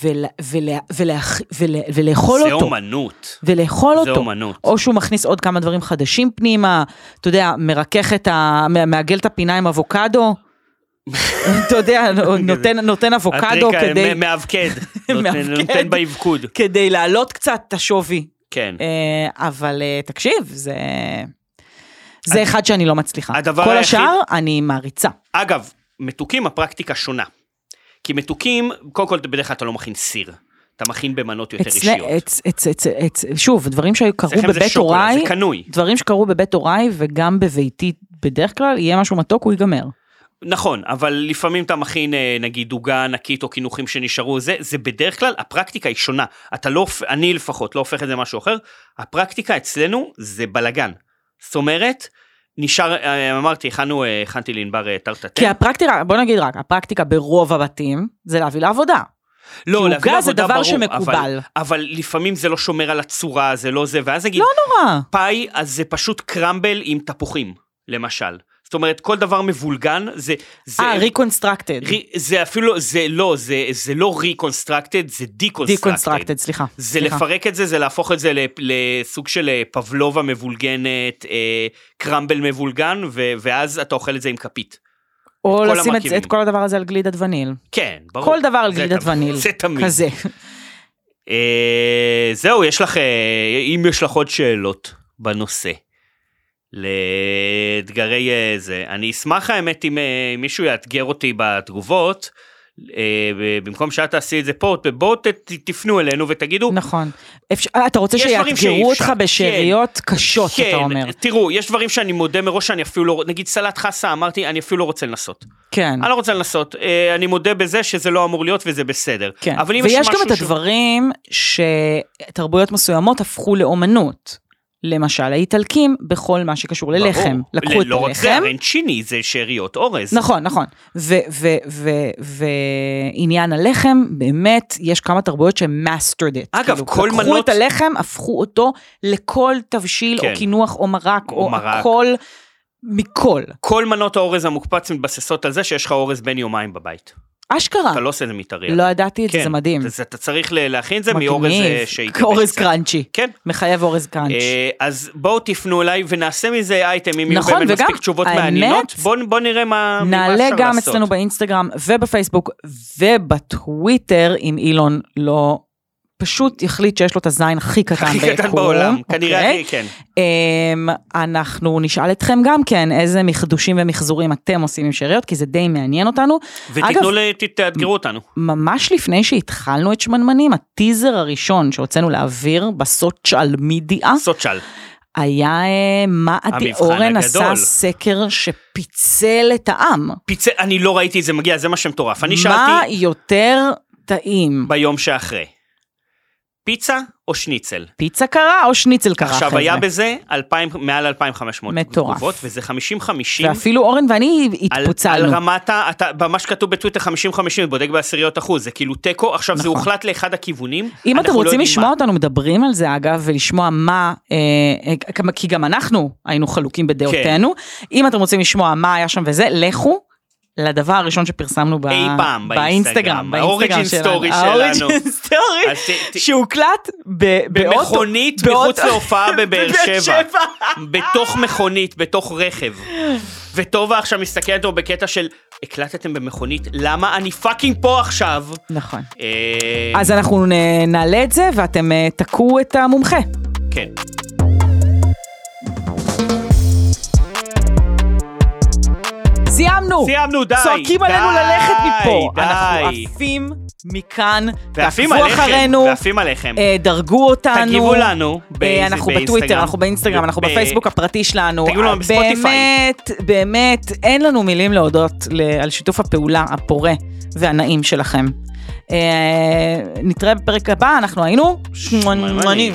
S2: ולה, ולה, ולה, ולה, ולאכול
S1: זה
S2: אותו,
S1: אומנות.
S2: ולאכול
S1: זה
S2: אותו.
S1: אומנות.
S2: או שהוא מכניס עוד כמה דברים חדשים פנימה, אתה יודע, מרכך את ה... מ- מעגל את הפינה עם אבוקדו. אתה יודע, נותן, נותן אבוקדו
S1: הטריק
S2: כדי,
S1: מ- מאבקד.
S2: מאבקד.
S1: נותן- נותן באבקוד.
S2: כדי להעלות קצת את השווי.
S1: כן.
S2: אה, אבל אה, תקשיב, זה... זה אחד שאני לא מצליחה.
S1: הדבר
S2: כל
S1: היחיד-
S2: השאר, אני מעריצה.
S1: אגב, מתוקים הפרקטיקה שונה. כי מתוקים, קודם כל בדרך כלל אתה לא מכין סיר. אתה מכין במנות יותר
S2: אצלי-
S1: אישיות.
S2: אצ- אצ- אצ- אצ- שוב, דברים שקרו
S1: אצלכם זה
S2: בבית
S1: שוקולד,
S2: הוריי,
S1: זה קנוי.
S2: דברים שקרו בבית הוריי וגם בביתי בדרך כלל, יהיה משהו מתוק, הוא ייגמר.
S1: נכון, אבל לפעמים אתה מכין אה, נגיד עוגה ענקית או קינוחים שנשארו, זה, זה בדרך כלל, הפרקטיקה היא שונה. אתה לא, הופ- אני לפחות לא הופך את זה למשהו אחר, הפרקטיקה אצלנו זה בלגן. זאת אומרת, נשאר, אה, אמרתי, הכנו, אה, הכנתי לענבר אה, טרטטה.
S2: כי הפרקטיקה, בוא נגיד רק, הפרקטיקה ברוב הבתים זה להביא לעבודה.
S1: לא,
S2: כי
S1: להביא
S2: עוגה זה
S1: לעבודה
S2: דבר
S1: ברור,
S2: שמקובל.
S1: אבל, אבל לפעמים זה לא שומר על הצורה, זה לא זה, ואז נגיד,
S2: לא נורא.
S1: פאי, אז זה פשוט קרמבל עם תפוחים, למשל. זאת אומרת, כל דבר מבולגן, זה... זה-
S2: אה, ריקונסטרקטד.
S1: רי- זה אפילו, זה לא, זה, זה לא ריקונסטרקטד, זה דיקונסטרקטד.
S2: דיקונסטרקטד, סליחה.
S1: זה
S2: סליחה.
S1: לפרק את זה, זה להפוך את זה לפ- לסוג של אה, פבלובה מבולגנת, אה, קרמבל מבולגן, ו- ואז אתה אוכל את זה עם כפית.
S2: או
S1: כל
S2: לשים את זה-
S1: המרכיבים.
S2: את כל הדבר הזה על גלידת וניל.
S1: כן, ברור.
S2: כל דבר על
S1: זה
S2: גלידת
S1: תמיד-
S2: וניל.
S1: זה תמיד.
S2: כזה.
S1: אה, זהו, יש לך, אה, אם יש לך עוד שאלות בנושא, לאתגרי אה, זה, אני אשמח האמת אם אה, מישהו יאתגר אותי בתגובות, אה, ב- במקום שאת תעשי את זה פה, ת- בואו ת- ת- תפנו אלינו ותגידו,
S2: נכון. אפשר- אה, אתה רוצה
S1: יש דברים
S2: שיאתגרו
S1: שאי
S2: אותך
S1: אפשר. כן.
S2: בשאריות קשות, אתה אומר.
S1: תראו, יש דברים שאני מודה מראש שאני אפילו לא, נגיד סלט חסה, אמרתי, אני אפילו לא רוצה לנסות.
S2: כן.
S1: אני לא רוצה לנסות, אה, אני מודה בזה שזה לא אמור להיות וזה בסדר.
S2: כן.
S1: אבל אם יש
S2: ויש
S1: משהו
S2: גם את
S1: שהוא-
S2: הדברים שתרבויות מסוימות הפכו לאומנות. למשל, האיטלקים בכל מה שקשור ללחם.
S1: ברור.
S2: לקחו את
S1: לא רק זה,
S2: הלחם.
S1: הרנצ'יני זה שאריות אורז.
S2: נכון, נכון. ועניין הלחם, באמת, יש כמה תרבויות שהם mastered it. כאילו,
S1: אגב, כל
S2: לקחו
S1: מנות-
S2: את הלחם, הפכו אותו לכל תבשיל,
S1: כן.
S2: או קינוח, או מרק,
S1: או
S2: או
S1: מרק.
S2: הכל, מכל.
S1: כל מנות האורז המוקפץ מתבססות על זה שיש לך אורז בן יומיים בבית.
S2: אשכרה.
S1: אתה לא עושה את זה מטרי.
S2: אה. לא ידעתי את זה,
S1: כן,
S2: זה מדהים.
S1: אז אתה צריך ל- להכין את זה מאורז אה,
S2: מגניב.
S1: שהתייבש
S2: אורז
S1: קצת.
S2: קראנצ'י.
S1: כן.
S2: מחייב אורז קראנץ'.
S1: אה, אז בואו תפנו אליי ונעשה מזה אייטם אם יהיו
S2: נכון,
S1: באמת
S2: וגם,
S1: מספיק תשובות
S2: האמת,
S1: מעניינות. בואו נראה מה מה אפשר
S2: נעלה
S1: לעשות.
S2: גם אצלנו באינסטגרם ובפייסבוק ובטוויטר, אם אילון לא פשוט יחליט שיש לו את הזין הכי קטן ביקום.
S1: הכי קטן בעולם, כנראה,
S2: אוקיי?
S1: הכי- כן.
S2: אמ, אנחנו נשאל אתכם גם כן איזה מחדושים ומחזורים אתם עושים עם שאריות, כי זה די מעניין אותנו.
S1: ותיתנו, ל- ת- תאתגרו אותנו.
S2: ממש לפני שהתחלנו את שמנמנים, הטיזר הראשון שהוצאנו לאוויר בסוציאל מדיה,
S1: סוצ'ל.
S2: היה אה, מה עדי
S1: המבחן
S2: אורן
S1: הגדול.
S2: עשה סקר שפיצל את העם.
S1: פיצה, אני לא ראיתי את זה מגיע, זה מה שמטורף. אני
S2: מה
S1: שאלתי
S2: יותר טעים?
S1: ביום שאחרי. פיצה או שניצל?
S2: פיצה קרה או שניצל קרה אחרי זה?
S1: עכשיו היה בזה 2,000 מעל 2,500
S2: מטורף.
S1: תגובות, וזה 50-50.
S2: ואפילו אורן ואני
S1: על,
S2: התפוצלנו.
S1: על רמת ה... אתה, במה שכתוב בטוויטר 50-50, בודק בעשיריות אחוז, זה כאילו תיקו, עכשיו זה
S2: נכון.
S1: הוחלט לאחד הכיוונים.
S2: אם אתם
S1: אנחנו לא
S2: רוצים
S1: יודעים
S2: לשמוע
S1: מה.
S2: אותנו מדברים על זה אגב, ולשמוע מה, אה, אה, כמה- כי גם אנחנו היינו חלוקים בדעותינו,
S1: כן.
S2: אם אתם רוצים לשמוע מה היה שם וזה, לכו. לדבר הראשון שפרסמנו ב-
S1: אי פעם באינסטגרם,
S2: באינסטגרם,
S1: ה-origin story שלנו.
S2: האוריג'ין
S1: אז
S2: סטורי
S1: ת- ת-
S2: שהוקלט ב- באוטו-
S1: במכונית
S2: באוטו-
S1: מחוץ להופעה בבאר
S2: בבאר
S1: שבע. בתוך מכונית, בתוך רכב. וטובה עכשיו מסתכלת אותו בקטע של, הקלטתם במכונית, למה אני פאקינג פה עכשיו?
S2: נכון.
S1: אה,
S2: אז אנחנו נ- נעלה את זה ואתם אה, תקעו את המומחה.
S1: כן.
S2: זה סיימנו!
S1: סיימנו, די,
S2: צועקים
S1: די,
S2: עלינו ללכת מפה.
S1: די.
S2: אנחנו עפים מכאן,
S1: ועפים
S2: תעקבו
S1: עליכם,
S2: אחרינו,
S1: ועפים עליכם.
S2: אה, דרגו אותנו.
S1: תגיבו לנו באיזה-
S2: אה, אנחנו
S1: באינסטגרם.
S2: בטוויטר, אנחנו באינסטגרם, אנחנו
S1: ב-
S2: בפייסבוק הפרטי שלנו.
S1: תגיבו לנו
S2: אה,
S1: בספוטיפיי.
S2: באמת, באמת, אין לנו מילים להודות ל- על שיתוף הפעולה הפורה והנעים שלכם. אה, נתראה בפרק הבא, אנחנו היינו שמנמנים.